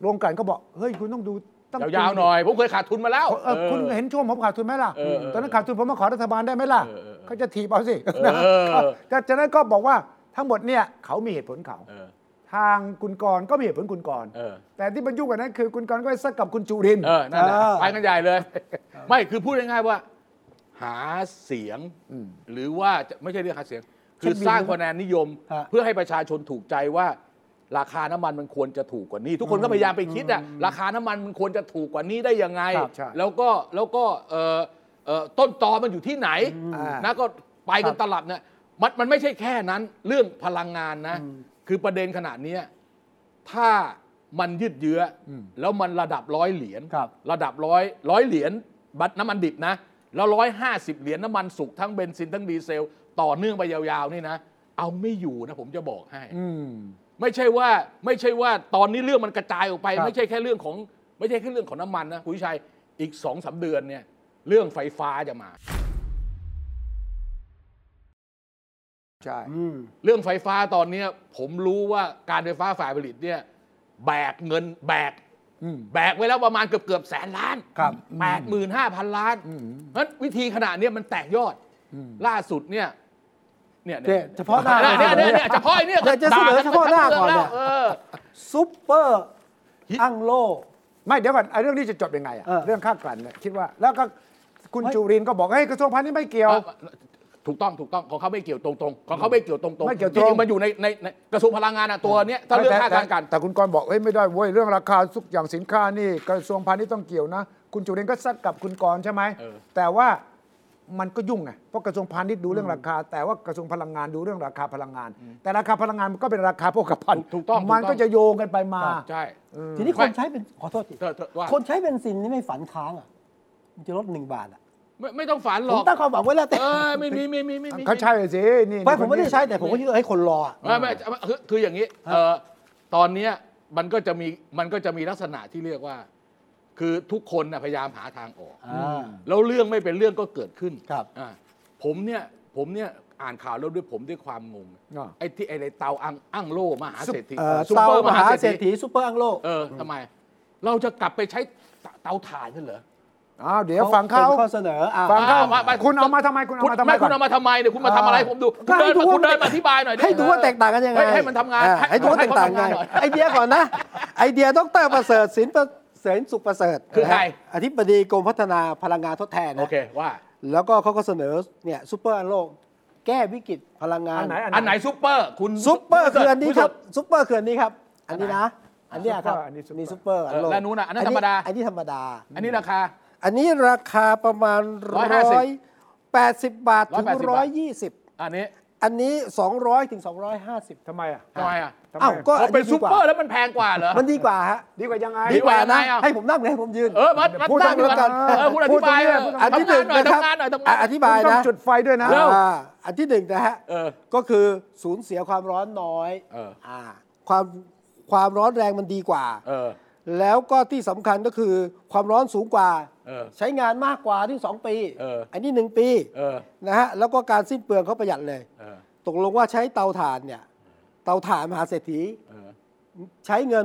Speaker 3: โรงกลั่นก็บอกเฮ้ยคุณต้องดูตั้ง
Speaker 2: ยาวๆหน่อย ผมเคยขาดทุนมาแล้ว
Speaker 3: เออคุณเห็นช่วงผมขาดทุนไหมล่ะ
Speaker 2: เออเออ
Speaker 3: ตอนนั้นขาดทุนผมมาขอรัฐบาลได้ไหมล่ะ
Speaker 2: เออเออเออ
Speaker 3: เขาจะถีบเอาสิ
Speaker 2: เออ
Speaker 3: ก็จากนั้นก็บอกว่าทั้งหมดเนี่ยเขามีเหตุผลเขา
Speaker 2: เออ
Speaker 3: ทางคุณกรณ์ก็มีเหตุผลคุณกรณ์
Speaker 2: เออ
Speaker 3: แต่ที่บรรยุงกว่านั้นคือคุณกรณ์ก็ไปซักกับคุณจุรินทร์
Speaker 2: เออนั่นแหละ
Speaker 1: เออ
Speaker 2: ไปกันใหญ่เลย ไม่คือพูดง่ายๆว่า หาเสียง หรือว่าจะไม่ใช่เรื่องหาเสียง คือสร้างคะแนนนิยม
Speaker 1: ฮะ
Speaker 2: เพื่อให้ประชาชนถูกใจว่า ราคาน้ำมันมันควรจะถูกกว่านี้ ทุกคนก็พยายามไปคิดอะราคาน้ำมันมันควรจะถูกกว่านี้ได้ยังไง แล้วก็แล้วก็เอ่อเอ่อต้นตอมันอยู่ที่ไหน
Speaker 3: อ่า
Speaker 2: นะก็ไปกันตลับเนี่ยมันมันไม่ใช่แค่นั้นเรื่องพลังงานนะ คือประเด็นขนาดเนี้ยถ้ามันยืดเยื้ออแล้วมันระดับร้อยเหรียญ
Speaker 1: ครับ
Speaker 2: ดับร้อยร้อยเหรียญบัตรน้ำมันดิบนะ แล้วร้อยห้าสิบเหรียญน้ำมันสุกทั้งเบนซินทั้งดีเซล ต่อเนื่องไปยาวๆนี่นะ เอาไม่อยู่นะผมจะบอกให้ ไม่ใช่ว่าไม่ใช่ว่าตอนนี้เรื่องมันกระจายออกไป
Speaker 1: ครับ
Speaker 2: ไม่ใช่แค่เรื่องของไม่ใช่แค่เรื่องของน้ำมันนะคุณวิชัยอีกสองสามเดือนเนี่ยเรื่องไฟฟ้าจะมา
Speaker 3: ใช่
Speaker 1: อืม
Speaker 2: เรื่องไฟฟ้าตอนเนี้ยผมรู้ว่าการไฟฟ้าฝ่ายผลิตเนี่ยแบกเงินแบก
Speaker 3: อืม
Speaker 2: แบกไว้แล้วประมาณเกือบเกือบแสนล้าน
Speaker 1: ครับ
Speaker 2: แปดหมื่นห้าพันล้าน
Speaker 3: อืม
Speaker 2: เพราะฉะนั้นวิธีขนาดเนี้ยมันแตกยอดล่าสุดเนี่ยเนี่ย
Speaker 1: เนี่ยเฉพาะหน้า
Speaker 2: เนี่ยเนี่ยเนี่ยเนี่ยเฉพาะไอ้เนี่ย
Speaker 1: อยากจะเสนอเฉพาะหน้าก่อนเนี่ย
Speaker 2: เออ
Speaker 1: ซุปเปอร์อังโล
Speaker 3: ไม่เดี๋ยวก่อนไอ้เรื่องนี้จะจบยังไงอะ
Speaker 1: เออ
Speaker 3: เรื่องค่ากลั่นเนี่ยคิดว่า แล้วก็คุณจุรินทร์ก็บอกเฮ้ยกระทรวงพาณิชย์ไม่เกี่ยว
Speaker 2: อ่ะถูกต้องถูกต้องของเขาไม่เกี่ยวตรงๆของเขาไม่เกี่ยวตรงๆ
Speaker 3: ไม่เกี่ยวต
Speaker 2: จ
Speaker 3: รง
Speaker 2: ริงๆมันอยู่ในในในกระทรวงพลังงานอ่ะตัวเนี้ยถ้าเรื่อง
Speaker 3: แต่
Speaker 2: ค่า
Speaker 3: แต่
Speaker 2: ทางการ
Speaker 3: แต่แต่คุณกรณ์บอกเฮ้ยไม่ได้เว้ยเรื่องราคาทุกอย่างสินค้านี่กระทรวงพาณิชย์ต้องเกี่ยวนะ คุณจุรินทร์ก็ซักกับคุณกรณ์ใช่ไหม
Speaker 2: เออ
Speaker 3: แต่ว่ามันก็ยุ่งไงเพราะกระทรวงพาณิชย์ดูเรื่องราคา แต่ว่ากระทรวงพลังงานดูเรื่องราคาพลังงาน แต่ราคาพลังงานมันก็เป็นราคาโภคภัณฑ์
Speaker 2: ถูกต้อง
Speaker 3: มัน
Speaker 2: ถู
Speaker 3: ก็
Speaker 2: ต้อง
Speaker 3: จะโยงกันไปมา
Speaker 2: ใช่
Speaker 1: ทีนี้คนใช้เป็นขอโทษที
Speaker 2: เธอเธอว่า
Speaker 1: คนใช้เบนซินนี่ไม่ฝันค้างอ่ะมันจะลดหนึ่งบาทอ่ะ
Speaker 2: ไม่ไม่ต้องฝันหร
Speaker 1: ผ
Speaker 2: อ
Speaker 1: ม
Speaker 2: ก
Speaker 1: ตั้งความหวังไว้แล้วแต่
Speaker 2: เออไม่มีไม่มีไม่มี
Speaker 3: เขาใช่เลยสินี่
Speaker 1: ไม่ผมไม่ได้ใช้แต่ผมก็คิดว่าให้ยคนรออะ
Speaker 2: ไม่ไม่คือคืออย่างนี้เออตอนเนี้ยมันก็จะมีมันก็จะมีลักษณะที่เรียกว่า คือทุกคนน่ะพยายามหาทางออก แล้วเรื่องไม่เป็นเรื่องก็เกิดขึ้น
Speaker 1: ครับ
Speaker 2: อ่าผมเนี่ยผมเนี่ยอ่านข่าวแล้วด้วยผมด้วยความงง
Speaker 3: อ่า
Speaker 2: ไอ้ที่ไอ้ในเตาอังอังโลมหาเศรษฐี
Speaker 1: เอ่อ
Speaker 2: ซุป
Speaker 1: เตา
Speaker 2: ปอร์
Speaker 1: มหาเศรษฐีซุปเปอร์อังโล
Speaker 2: เออทำไม เราจะกลับไปใช้เตาถ่านกันเหรอ
Speaker 3: อ้าวเดี๋ยวฟังเขา
Speaker 1: ป็นข้อเสนออ่ะ
Speaker 3: ฟังเขา
Speaker 2: อ่าว่าว่า
Speaker 3: คุณเอามาทำไมคุณเอา
Speaker 2: คุณ
Speaker 3: มาทำไม
Speaker 2: ไม่
Speaker 3: ก่
Speaker 2: คุ
Speaker 3: อ
Speaker 2: ณ
Speaker 3: น
Speaker 2: เอามาทำไมเนี่ยคุณมาทำอะไร
Speaker 1: อ่า
Speaker 2: ผมดูคุณเดินมาคุณเดินมาอธิบายหน่อยดิ
Speaker 1: ให้ดูว่าแตกต่างกันยังไง
Speaker 2: เฮ้ให้มันทำงาน
Speaker 1: อ่ะให้ดูว่าแตกต่างกั
Speaker 2: ให้เข
Speaker 1: น
Speaker 2: ทำหอย
Speaker 1: ไอเดียก่อนนะ ไอเดียดอกเตอรประเสริฐสินประเสริญสุขประเสริฐ
Speaker 2: คือใคร
Speaker 1: นะฮะอธิบดีกรมพัฒนาพลังงานทดแทนนะ
Speaker 2: โอเคว่า
Speaker 1: แล้วก็เขาก็เสนอเนี่ยซุปเปอร์อังโลแก้วิกฤตพลังงาน
Speaker 3: อันไหน
Speaker 2: อันไหนซุปเปอร์ คุณ
Speaker 1: ซุปเปอร์เขื่อนนี้ครับ
Speaker 2: ณ
Speaker 1: ซุปเปอร์เขื่อนนี้ครับ อันนี้นะ อันเนี้ยครับ
Speaker 3: อันนี้ซุปเปอร์
Speaker 1: มีซุปเปอร์อังโล
Speaker 2: แล้วนู้นอ่ะอันนั้นธรรมดา
Speaker 1: อันนี้ธรรมดา
Speaker 2: สุอันนี้ราคา
Speaker 1: อันนี้ราคาประมาณ
Speaker 2: ร้
Speaker 1: ร้
Speaker 2: อยห้าสิบ
Speaker 1: อยแปดสิบบาทถึง
Speaker 2: 180บาท
Speaker 1: ร้อยยี่สิบ
Speaker 2: อันนี้
Speaker 1: อันนี้ 200 ถึง 250
Speaker 3: ทำไมอ่ะ
Speaker 2: ทำไมอ่ะ
Speaker 3: ทำไม
Speaker 1: อ้าว ก็
Speaker 2: พอเป็น
Speaker 1: ดี
Speaker 2: ซุป
Speaker 1: กว่า
Speaker 2: เปอร์แล้วมันแพงกว่าเหรอ
Speaker 1: มันดีกว่าฮะ
Speaker 3: ดีกว่ายังไง
Speaker 2: ดีกว่า นะ
Speaker 1: ให้ผมนั่งหรือให้ผมยืน
Speaker 2: เออมัดมัด
Speaker 3: พูด
Speaker 2: ตั้ง
Speaker 3: ตรงนี้
Speaker 2: กัน
Speaker 3: ก่อน
Speaker 2: เออคุณอธิบาย
Speaker 3: พ
Speaker 1: อั
Speaker 2: เลย
Speaker 3: ูดตรงนี้พูดตรง
Speaker 1: นที่หนึ่ง
Speaker 2: ทำงา
Speaker 1: นะครับ
Speaker 2: หน่อยทำงานหน่อยทำงา
Speaker 1: อ่ะ
Speaker 2: น
Speaker 1: อธิบาย
Speaker 3: คุณต้
Speaker 1: นะ
Speaker 3: องจุดไฟด้วยนะ
Speaker 2: เร็ว
Speaker 1: อ่าอันที่หนึ่งนะฮะ
Speaker 2: เออ
Speaker 1: ก็คือสูญเสียความร้อนน้อย
Speaker 2: เออ
Speaker 1: าความความร้อนแรงมันดีกว่า
Speaker 2: เออ
Speaker 1: แล้วก็ที่สำคัญก็คือความร้อนสูงกว่า
Speaker 2: เออ
Speaker 1: ใช้งานมากกว่าที่2ปี
Speaker 2: เอออั
Speaker 1: อันนี้ 1 ปี
Speaker 2: เออ
Speaker 1: นะฮะ แล้วก็การสิ้นเปลืองเขาประหยัดเลย
Speaker 2: เออ
Speaker 1: ตกลงว่าใช้เตาถ่านเนี่ย เตาถ่านมหาเศรษฐี
Speaker 2: เออ
Speaker 1: ใช้เงิน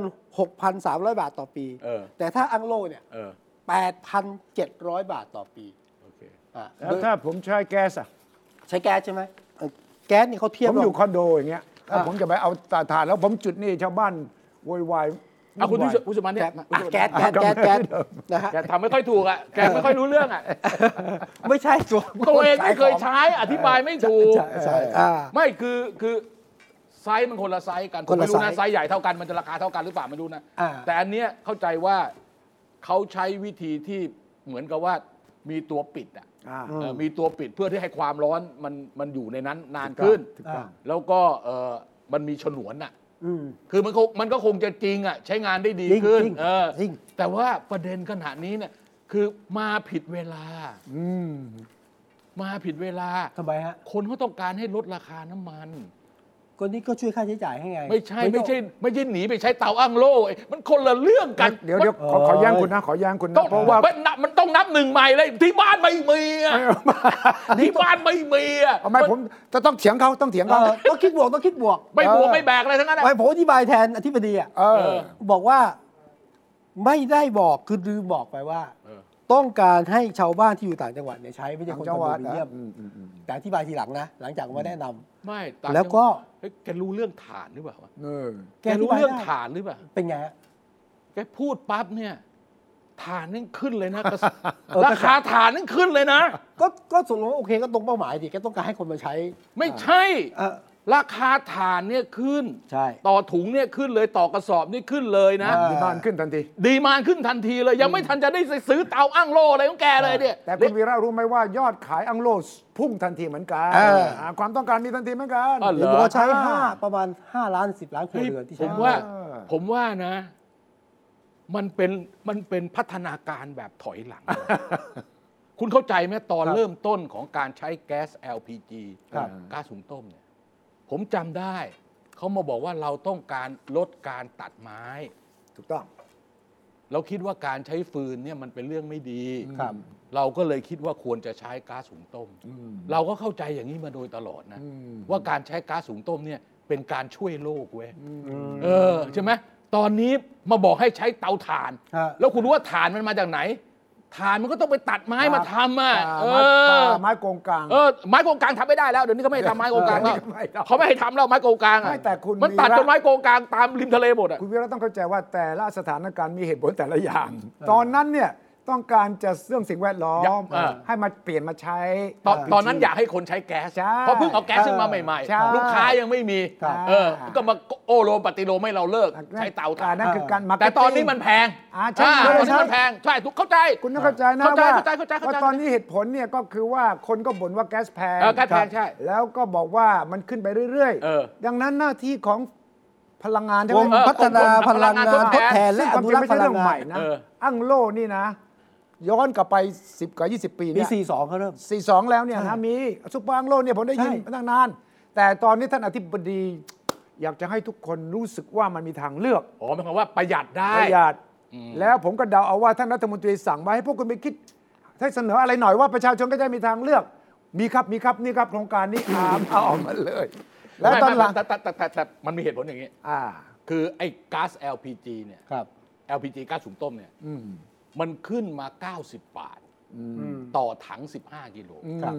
Speaker 1: 6,300 บาทต่อปี
Speaker 2: เออ
Speaker 1: แต่ถ้าอังโลเนี่ย
Speaker 2: เออ
Speaker 1: 8,700 บาทต่อปี
Speaker 2: โอเค
Speaker 1: อ่ะ
Speaker 3: แล้วถ้าผมใช้แก๊สอ่ะ
Speaker 1: ใช้แก๊สใช่ไหมเอ่อแก๊สนี่เขาเทียบ
Speaker 3: ผมอยู่
Speaker 1: ลง
Speaker 3: คอนโดอย่างเงี้ยถ้า
Speaker 1: อ่ะ
Speaker 3: ผมจะไปเอาตาถ่านแล้วผมจุดนี่ชาวบ้านโวยวาย
Speaker 2: เอาคุณ
Speaker 3: วุ่
Speaker 2: ผู้
Speaker 3: น
Speaker 2: ชมผู้ช
Speaker 3: วาย
Speaker 2: มมันเนี่ย
Speaker 1: แก๊สอ่ะแก๊สแก๊สแก๊สแก๊สนะฮะ
Speaker 2: แกทำไม่ค่อยถูกอ่ะแกไม่ค่อยรู้เรื่องอ่ะ
Speaker 1: ไม่ใช่ตัว
Speaker 2: ตัวเองไม่เคยใช้อธิบายไม่ถูก
Speaker 1: ใช่ใช่อ่า
Speaker 2: ไม่คือคือไซส์มันคนละไซส์กันผม
Speaker 1: ค
Speaker 2: ไม่
Speaker 1: น
Speaker 2: รู้
Speaker 1: ละไซ
Speaker 2: นะ
Speaker 1: ส์
Speaker 2: ไซส์ใหญ่เท่ากันมันจะราคาเท่ากันหรือเปล่าไม่รู้นะ
Speaker 1: อ่า
Speaker 2: แต่อันเนี้ยเข้าใจว่าเขาใช้วิธีที่เหมือนกับว่ามีตัวปิดอ่ะ
Speaker 3: อ่า
Speaker 2: เอ่อมีตัวปิดเพื่อที่ให้ความร้อนมันมันอยู่ในนั้นนานขึ้น แล้วก็เอ่อมันมีฉนวนอ่ะ
Speaker 1: อืม
Speaker 2: คือมันคงมันก็คงจะจริงอ่ะใช้งานได้ดี
Speaker 1: จริง
Speaker 2: ขึ้น
Speaker 1: จริง
Speaker 2: เออ
Speaker 1: จริง
Speaker 2: แต่ว่าประเด็นขนาดนี้เนี่ยคือมาผิดเวลา
Speaker 3: อืม
Speaker 2: มาผิดเวลา
Speaker 1: ทำไมฮะ
Speaker 2: คนเขาต้องการให้ลดราคาน้ำมัน
Speaker 1: คนนี้ก็ช่วยค่าใช้จ่ายให้ไง
Speaker 2: ไม่ใช่
Speaker 1: ต้
Speaker 2: ไม่
Speaker 1: อง
Speaker 2: ใช่ไม่ใช่หนีไปใช้เตาอ้างโล่ไอ้มันคนละเรื่องกัน
Speaker 3: เดี๋ยวเดี๋ยว
Speaker 2: มัน
Speaker 3: ขอขอ
Speaker 1: เอ้ย
Speaker 3: แย่งคุณนะ ขอแย่งคุณ
Speaker 2: ต้อ
Speaker 3: นะ
Speaker 2: ง
Speaker 3: เพราะว่า
Speaker 2: มันนับมันต้องนับหนึ่งใหม่เลยที่บ้านไม่มีอะที่บ้านไม่มีอะ
Speaker 3: เอาไม่ผมจะต้องเถียงเขาต้องเถียง
Speaker 1: เอ
Speaker 3: เขา
Speaker 1: อต้องคิดบวกต้องคิดบวก
Speaker 2: ไม่บวก
Speaker 1: เออ
Speaker 2: ไม่แบกอะไรทั้งนั้นอะ
Speaker 1: ไม่ผมอธิบายแทนอธิบดีอ่ะ
Speaker 3: เอ
Speaker 2: เอ
Speaker 3: อ
Speaker 2: อ
Speaker 1: บอกว่าไม่ได้บอกคือลืมบอกไปว่า
Speaker 2: เออ
Speaker 1: ต้องการให้ชาวบ้านที่อยู่ต่างจังหวัดเนี่ยใช้ไม่ใช่คนค
Speaker 3: ต่างจั
Speaker 1: อง น
Speaker 3: หวั
Speaker 1: โด
Speaker 3: ด
Speaker 1: มิเนียม
Speaker 3: อ่ะอืมอืมอืม
Speaker 1: แต่อธิบายทีหลังนะ หลังจากมาแนะนำ
Speaker 2: ไม่ต่าง
Speaker 1: แล้วก็
Speaker 2: เฮ้ยแกรู้เรื่องฐานหรือเปล่าวะ
Speaker 3: เออ
Speaker 2: แกรู้เรื่อง
Speaker 1: ธิบยได้
Speaker 2: ฐานหรือเปล่า
Speaker 1: เป็นไงฮะ
Speaker 2: แกพูดปั๊บเนี่ยฐานนั่นขึ้นเลย นะกระส
Speaker 1: เออ
Speaker 2: ราคาฐานนั่นขึ้นเลยนะ
Speaker 1: ก็ก็สรุปว่าโอเคก็ตรงเป้าหมายดิแกต้องการให้คนมาใช้
Speaker 2: ไม่ใช่
Speaker 1: เออ
Speaker 2: ราคาฐานเนี่ยขึ้น
Speaker 1: ใช่
Speaker 2: ต่อถุงเนี่ยขึ้นเลยต่อกระสอบนี่ขึ้นเลยนะ
Speaker 1: เออ
Speaker 3: ดีบ้านขึ้นทันที
Speaker 2: ดีมานขึ้นทันทีเลย ยังไม่ทันจะได้ซื้อเตาอ้างโลอะไรของแกเลยเนี่ย
Speaker 3: แต่คุณวีระรู้ไหมว่ายอดขายอังโลพุ่งทันทีเหมือนกัน
Speaker 1: เออ
Speaker 3: หาความต้องการมีทันทีเหมือนกัน
Speaker 2: อ๋อเหร
Speaker 1: เดี๋ยวบอก
Speaker 2: อ
Speaker 1: ว่าใช้ห้าประมาณ 5 ล้าน 10 ล้านครัว
Speaker 2: เฮ้ย
Speaker 1: เรือนที่
Speaker 2: ผ
Speaker 1: ใช้
Speaker 2: มว่า
Speaker 3: เออ
Speaker 2: ผมว่านะ มันเป็นมันเป็นพัฒนาการแบบถอย หลัง คุณเข้าใจไหมตอนเริ่มต้นของการใช้แก๊ส LPG
Speaker 3: ครับ
Speaker 2: ก๊าซหุงต้มเนี่ยผมจำได้ เขามาบอกว่าเราต้องการลดการตัดไม้
Speaker 3: ถูกต้อง
Speaker 2: เราคิดว่าการใช้ฟืนเนี่ยมันเป็นเรื่องไม่ดี
Speaker 1: ครับ
Speaker 2: เราก็เลยคิดว่าควรจะใช้ก๊าซหุงต้ม เราก็เข้าใจอย่างนี้มาโดยตลอดนะ ว่าการใช้ก๊าซหุงต้มเนี่ยเป็นการช่วยโลกเว้ยเออใช่ไหมตอนนี้มาบอกให้ใช้เตาถ่าน
Speaker 1: ฮะ
Speaker 2: แล้วคุณรู้ว่าถ่านมันมาจากไหนถ่านมันก็ต้องไปตัดไม้มาทำอ่ะเอ
Speaker 3: ป่าป่า
Speaker 2: อ
Speaker 3: ไม้โกงกลาง
Speaker 2: เออไม้โกงกลางทำไม่ได้แล้วเดี๋ยวนี้เขาไม่ให้ทำไม้โกงกลางแล้ว
Speaker 3: เออไม่ได้
Speaker 2: เขาไม่ให้ทำแล้วไม้โกงกลางอะ
Speaker 3: ไม่แต่คุณ
Speaker 2: มันตัด
Speaker 3: วีระ
Speaker 2: จนไม้โกงกลางตามริมทะเลหมดอ่ะ
Speaker 3: คุณวิระต้องเข้าใจว่าแต่ละสถานการณ์มีเหตุผลแต่ละอย่าง ตอนนั้นเนี่ยต้องการจะเรื่องสิ่งแวดล้อม
Speaker 2: เออ
Speaker 3: ให้มาเปลี่ยนมาใช้
Speaker 2: ตอนตอนนั้นอยากให้คนใช้แก๊ส
Speaker 3: ใช่
Speaker 2: เพราะเพิ่งเอาแก๊สขึ้นมาใหม่
Speaker 3: ใช่
Speaker 2: ๆ ลูกค้ายังไม่มี
Speaker 3: ครับ
Speaker 2: เออก็มาโอโลปฏิโลไม่เราเลิกใช้เตาถ่าน
Speaker 3: นั่นคือการมา
Speaker 2: แต่ตอนนี้มันแพง
Speaker 3: อ่าใช่
Speaker 2: อ่าต
Speaker 3: ใช่
Speaker 2: อนนี้มันแพงใช่ทุกเข้าใจ
Speaker 3: คุณต้องเข้าใจนะ
Speaker 2: เข้าใจ
Speaker 3: ว่า
Speaker 2: เข้าใจเข้าใจเข้าใจ
Speaker 3: ว่าตอนนี้เหตุผลเนี่ยก็คือว่าคนก็บ่นว่าแก๊สแพง
Speaker 2: เออแก๊สแพง
Speaker 3: ครับ
Speaker 2: ใช่
Speaker 3: แล้วก็บอกว่ามันขึ้นไปเรื่อย
Speaker 2: เออ
Speaker 3: ดังนั้นหน้าที่ของพลังงานใช่
Speaker 1: ก
Speaker 3: ไห
Speaker 1: ร
Speaker 3: ม
Speaker 1: มพัฒนาพลังงานทดแทน
Speaker 3: ซึ่
Speaker 1: และ
Speaker 3: ง
Speaker 1: อ
Speaker 3: ความ
Speaker 1: นุ
Speaker 3: จริง
Speaker 1: รักษ์
Speaker 3: ไม่
Speaker 1: พลั
Speaker 3: ใช่เรื่อง ง
Speaker 1: งา
Speaker 3: ใหม่
Speaker 1: น
Speaker 3: นะ
Speaker 2: เออ
Speaker 3: อั้งโล่นี่นะ ย้อนกลับไป 10กว่า20 ปี
Speaker 1: ปี
Speaker 3: เนี่ย
Speaker 1: 42เขาเริ่ม
Speaker 3: สี่สองแล้วเนี่ยนะมีซุปเปอร์อังโลเนี่ยผมได้ยิน
Speaker 1: ใช่
Speaker 3: มาตั้งนาน แต่ตอนนี้ท่านอธิบดี อยากจะให้ทุกคนรู้สึกว่ามันมีทางเลือก
Speaker 2: อ๋อหมายความว่าประหยัดได้
Speaker 3: ประหยัดแล้วผมก็เดาเอาว่าท่านรัฐมนตรีสั่งไว้ให้พวกคุณไปคิดให้เสนออะไรหน่อยว่าประชาชนก็จะมีทางเลือก มีครับมีครับนี่ครับโครงการนี้อาเอาออกมาเลย แล้ว
Speaker 2: ไม่
Speaker 3: ตอนหลัง
Speaker 2: ไม่แต่แต่แต่แต่แต่มันมีเหตุผลอย่างนี้
Speaker 3: อ่า
Speaker 2: คือไอ้ก๊าซ LPG เนี่ย
Speaker 1: ครับ
Speaker 2: LPG ก๊าซสูงต้มเนี่ยมันขึ้นมา 90 บาทต่อถัง 15 กิโล
Speaker 1: ครับ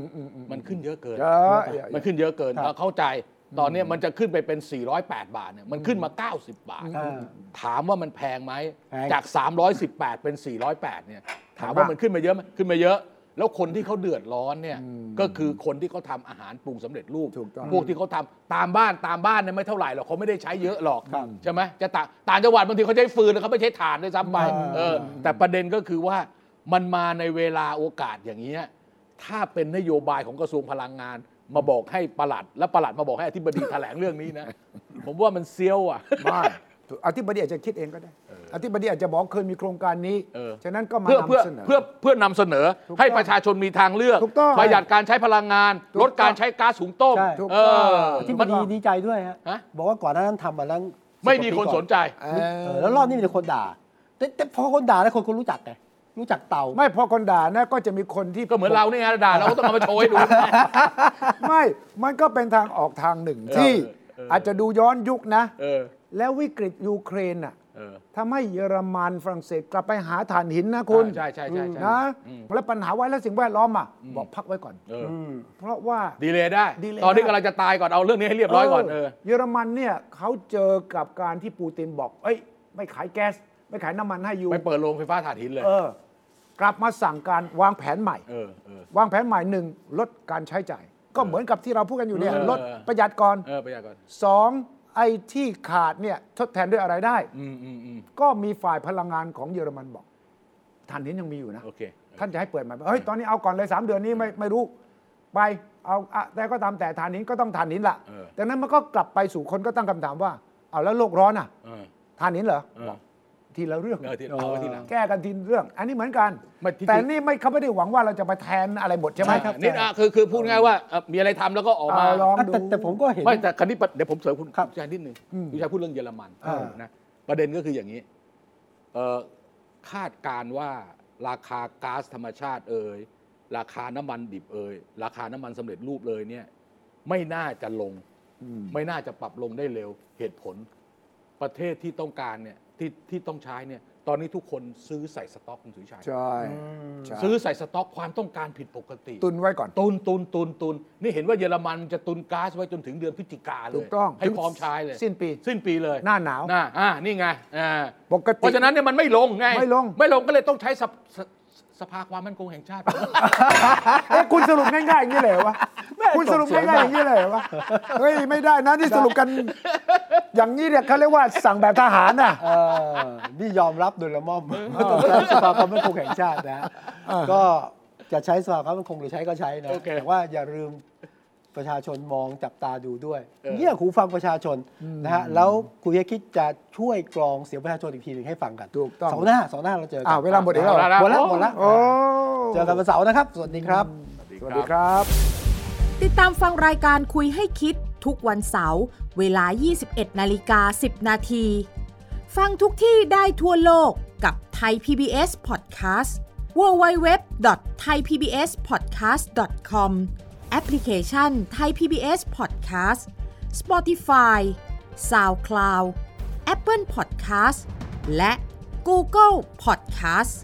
Speaker 2: มันขึ้นเยอะเกิน
Speaker 3: เยอะเยอะ
Speaker 2: มันขึ้นเยอะเกินเราเข้าใจตอนเนี้ยมันจะขึ้นไปเป็น 408 บาทเนี่ยมันขึ้นมา 90 บาท
Speaker 1: อ่า
Speaker 2: ถามว่ามันแพงไหม
Speaker 1: แพง
Speaker 2: จาก 318 เป็น 408เนี่ยถามว่ามันขึ้นมาเยอะไหมขึ้นมาเยอะ แล้วคนที่เขาเดือดร้อนเนี่ยก็คือคนที่เขาทำอาหารปรุงสำเร็จรูป
Speaker 3: ถูกต้อง
Speaker 2: พวกที่เขาทำตามบ้านตามบ้านเนี่ยไม่เท่าไหร่หรอกเขาไม่ได้ใช้เยอะหรอกใช่ไหมจะต่างต่างจังหวัดบางทีเขาใช้ฟืนเขาไม่ใช้ถ่านด้วยซ้ำไปเออแต่ประเด็นก็คือว่ามันมาในเวลาโอกาสอย่างเงี้ยถ้าเป็นนโยบายของกระทรวงพลังงาน มาบอกให้ประหลัด และประหลัดมาบอกให้อธิบดี แถลงเรื่องนี้ นะ ผมว่ามันเซียวอ่ะ
Speaker 3: ไม่อธิบดีอาจจะคิดเองก็ได้อธิบดีอาจจะบอกเคยมีโครงการนี้
Speaker 2: เออ
Speaker 3: ฉะนั้นก็มา
Speaker 2: เพื่อเพื่อน
Speaker 3: ำเสนอ
Speaker 2: เพื่อเพื่อนำเสนอ
Speaker 3: ถูกต้อง
Speaker 2: ให้ประชาชนมีทางเลือก
Speaker 3: ถูกต้อง
Speaker 2: ประหยัดการใช้พลังงาน
Speaker 3: ถูกต้อง
Speaker 2: ลดการใช้ก๊าซสูงต้ม
Speaker 1: ใช่
Speaker 3: ถูก
Speaker 2: เอ
Speaker 3: ต้
Speaker 2: อ
Speaker 3: อง
Speaker 1: ที่
Speaker 2: มั
Speaker 1: มัน นดีดีใจด้วยฮะ
Speaker 2: ฮะ
Speaker 1: บอกว่าก่อนหน้านั้นทำมาแล้ว
Speaker 2: ไม่มีคนสนใจ
Speaker 3: เอ
Speaker 1: เอ
Speaker 3: อ
Speaker 1: อแล้วรอบนี้มีแต่คนด่า แต่แต่พอคนด่าแล้วคนคนรู้จักไงรู้จักเตา
Speaker 3: ไม่พอคนด่านะก็จะมีคนที่
Speaker 2: ก็เหมือนเราเนี่ยนะด่าเราก็ต้องเอามาโชว์ให้ดู
Speaker 3: ไม่ มันก็เป็นทางออกทางหนึ่งที่
Speaker 2: เออ
Speaker 3: อาจจะดูย้อนยุคนะ
Speaker 2: เออ
Speaker 3: แล้ววิกฤตยูเครนอ่ะ
Speaker 2: เออ
Speaker 3: ทำให้เยอรมันฝรั่งเศสกลับไปหาถ่านหินนะคุณ
Speaker 2: ใช่ใช่ใช่ใช่
Speaker 3: นะ
Speaker 2: อืม
Speaker 3: แล้วปัญหาไว้แล้วสิ่งแวดล้อมอ่ะบอกพักไว้ก่อน
Speaker 2: เออ
Speaker 3: เพราะว่า
Speaker 2: ดีเลยได้
Speaker 3: ดีเลย
Speaker 2: ตอนนี้
Speaker 3: ได้
Speaker 2: กำลังจะตายก่อนเอาเรื่องนี้ให้เรียบร้อยก่อนเออ
Speaker 3: เยอรมันเนี่ยเขาเจอกับการที่ปูตินบอก เอ้ย ไม่ขายแก๊ส ไม่ขายน้ำมันให้ยู
Speaker 2: ไปเปิดโรงไฟฟ้าถ่านหินเลย
Speaker 3: เออ กลับมาสั่งการวางแผนใหม่
Speaker 2: เออเออ
Speaker 3: วางแผนใหม่หนึ่งลดการใช้จ่าย ก็เหมือนกับที่เราพูดกันอยู่เนี่ย
Speaker 2: เออ
Speaker 3: ลดประหยัดก่อน
Speaker 2: เออประหยัดก่อน
Speaker 3: สองไอ้ที่ขาดเนี่ยทดแทนด้วยอะไรได้
Speaker 2: อืมอืมอืม
Speaker 3: ก็มีฝ่ายพลังงานของเยอรมันบอกท่านนี้ยังมีอยู่นะ
Speaker 2: โอเค
Speaker 3: ท่านจะให้เปิดใหม่เฮ้ยตอนนี้เอาก่อนเลย 3 เดือนนี้ไม่ไม่รู้ ไปเอาอะแต่ก็ตามแต่ฐานหินก็ต้องฐานหินละดังนั้นมันก็กลับไปสู่คนก็ตั้งคำถามว่า เอาแล้วโลกร้อนอ่ะ
Speaker 2: เออ
Speaker 3: ฐานหินเหรอ
Speaker 2: เออ
Speaker 3: บอกทีละเรื่อง
Speaker 2: เออที่เอาไว้ที่หลัง
Speaker 3: แก้กันทีละเรื่อง อันนี้เหมือนกัน
Speaker 2: ไม่ที่จริง
Speaker 3: แต่นี่ไม่เขาไม่ได้หวังว่าเราจะมาแทนอะไรหมดใช่ไหม
Speaker 2: นี่อ่ะคือคือพูดง่ายว่าเอ่อมีอะไรทำแล้วก็ออกมา
Speaker 3: เอาลอง
Speaker 1: แต่แต่ผมก็เห็น
Speaker 2: ไม่แต่คราวนี้ประเดี๋ยวผมเสริมคุณ
Speaker 1: ครับ
Speaker 2: คุณชายนิดหนึ่งคุณชายพูดเรื่องเยอรมัน
Speaker 1: อ่าน
Speaker 2: นะประเด็นก็คืออย่างนี้เอ่อคาดการณ์ว่าราคาก๊าซธรรมชาติเอ่ยราคาน้ำมันดิบเอ่ยราคาน้ำมันสำเร็จรูปเลยเนี่ย ไม่น่าจะลง ไม่น่าจะปรับลงได้เร็วเหตุผล ประเทศที่ต้องการเนี่ยที่ที่ต้องใช้เนี่ย ตอนนี้ทุกคนซื้อใส่สต็อกคุณสุวิชัย
Speaker 3: ใช่ใช่
Speaker 2: ซื้อใส่สต็อกความต้องการผิดปกติ
Speaker 3: ตุนไว้ก่อน
Speaker 2: ตุนตุนตุนตุนนี่เห็นว่าเยอรมันจะตุนก๊าซไว้จนถึงเดือนพฤศจิกาเลย
Speaker 3: ถูกต้อง
Speaker 2: ให้พร้อมใช้เลย
Speaker 3: สิ้นปี
Speaker 2: สิ้นปีเลย
Speaker 3: หน้าหนาว
Speaker 2: น่าอ่านี่ไงอ่า
Speaker 3: ปกติ
Speaker 2: เพราะฉะนั้นเนี่ยมันไม่ลงไง
Speaker 3: ไม่ลง
Speaker 2: ไม่ลงก็เลยต้องใช้สภสสภาความมั่นคงแห่งชาติ
Speaker 3: เอ้ยคุณสรุปง่ายๆอย่างนี้เลยวะ คุณสรุปง่ายๆอย่างนี้เลยวะ เฮ้ยไม่ได้นะนี่สรุปกัน อย่างนี้เนี่ยเขาเรียกว่าสั่งแบบทหารน่ะ
Speaker 1: เออนี่ยอมรับโดยละม่อมต้องใช้สภาความมั่นคงแห่งชาตินะ ก็จะใช้สภาความมั่นคงหรือใช้ก็ใช้นะ
Speaker 2: โอเค
Speaker 1: แต่ว่าอย่าลืมประชาชนมองจับตาดูด้วย
Speaker 2: เออ
Speaker 1: เงี่ยหูฟังประชาชนนะฮะ แล้วคุณเฮียคิดจะช่วยกรองเสียงประชาชนอีกทีหนึ่งให้ฟังกัน
Speaker 3: ถูกต้อง
Speaker 1: เสาร์หน้าเสาร์หน้าเราเจอกั
Speaker 3: อ้าวเวลาหมดอีกแล้วเหรอ
Speaker 1: หมดแล้วหมดแล้ว
Speaker 3: โอ้
Speaker 1: เจอกันวันเสาร์นะครับ สวัสดีครับ
Speaker 3: สวัสดีครับ
Speaker 9: ติดตามฟังรายการคุยให้คิดทุกวันเสาร์เวลา 21นาฬิกา10 นาที ฟังทุกที่ได้ทั่วโลกกับ ไทย PBS Podcast www.thaipbspodcast.com แอปพลิเคชัน Thai PBS Podcast Spotify SoundCloud Apple Podcast และ Google Podcast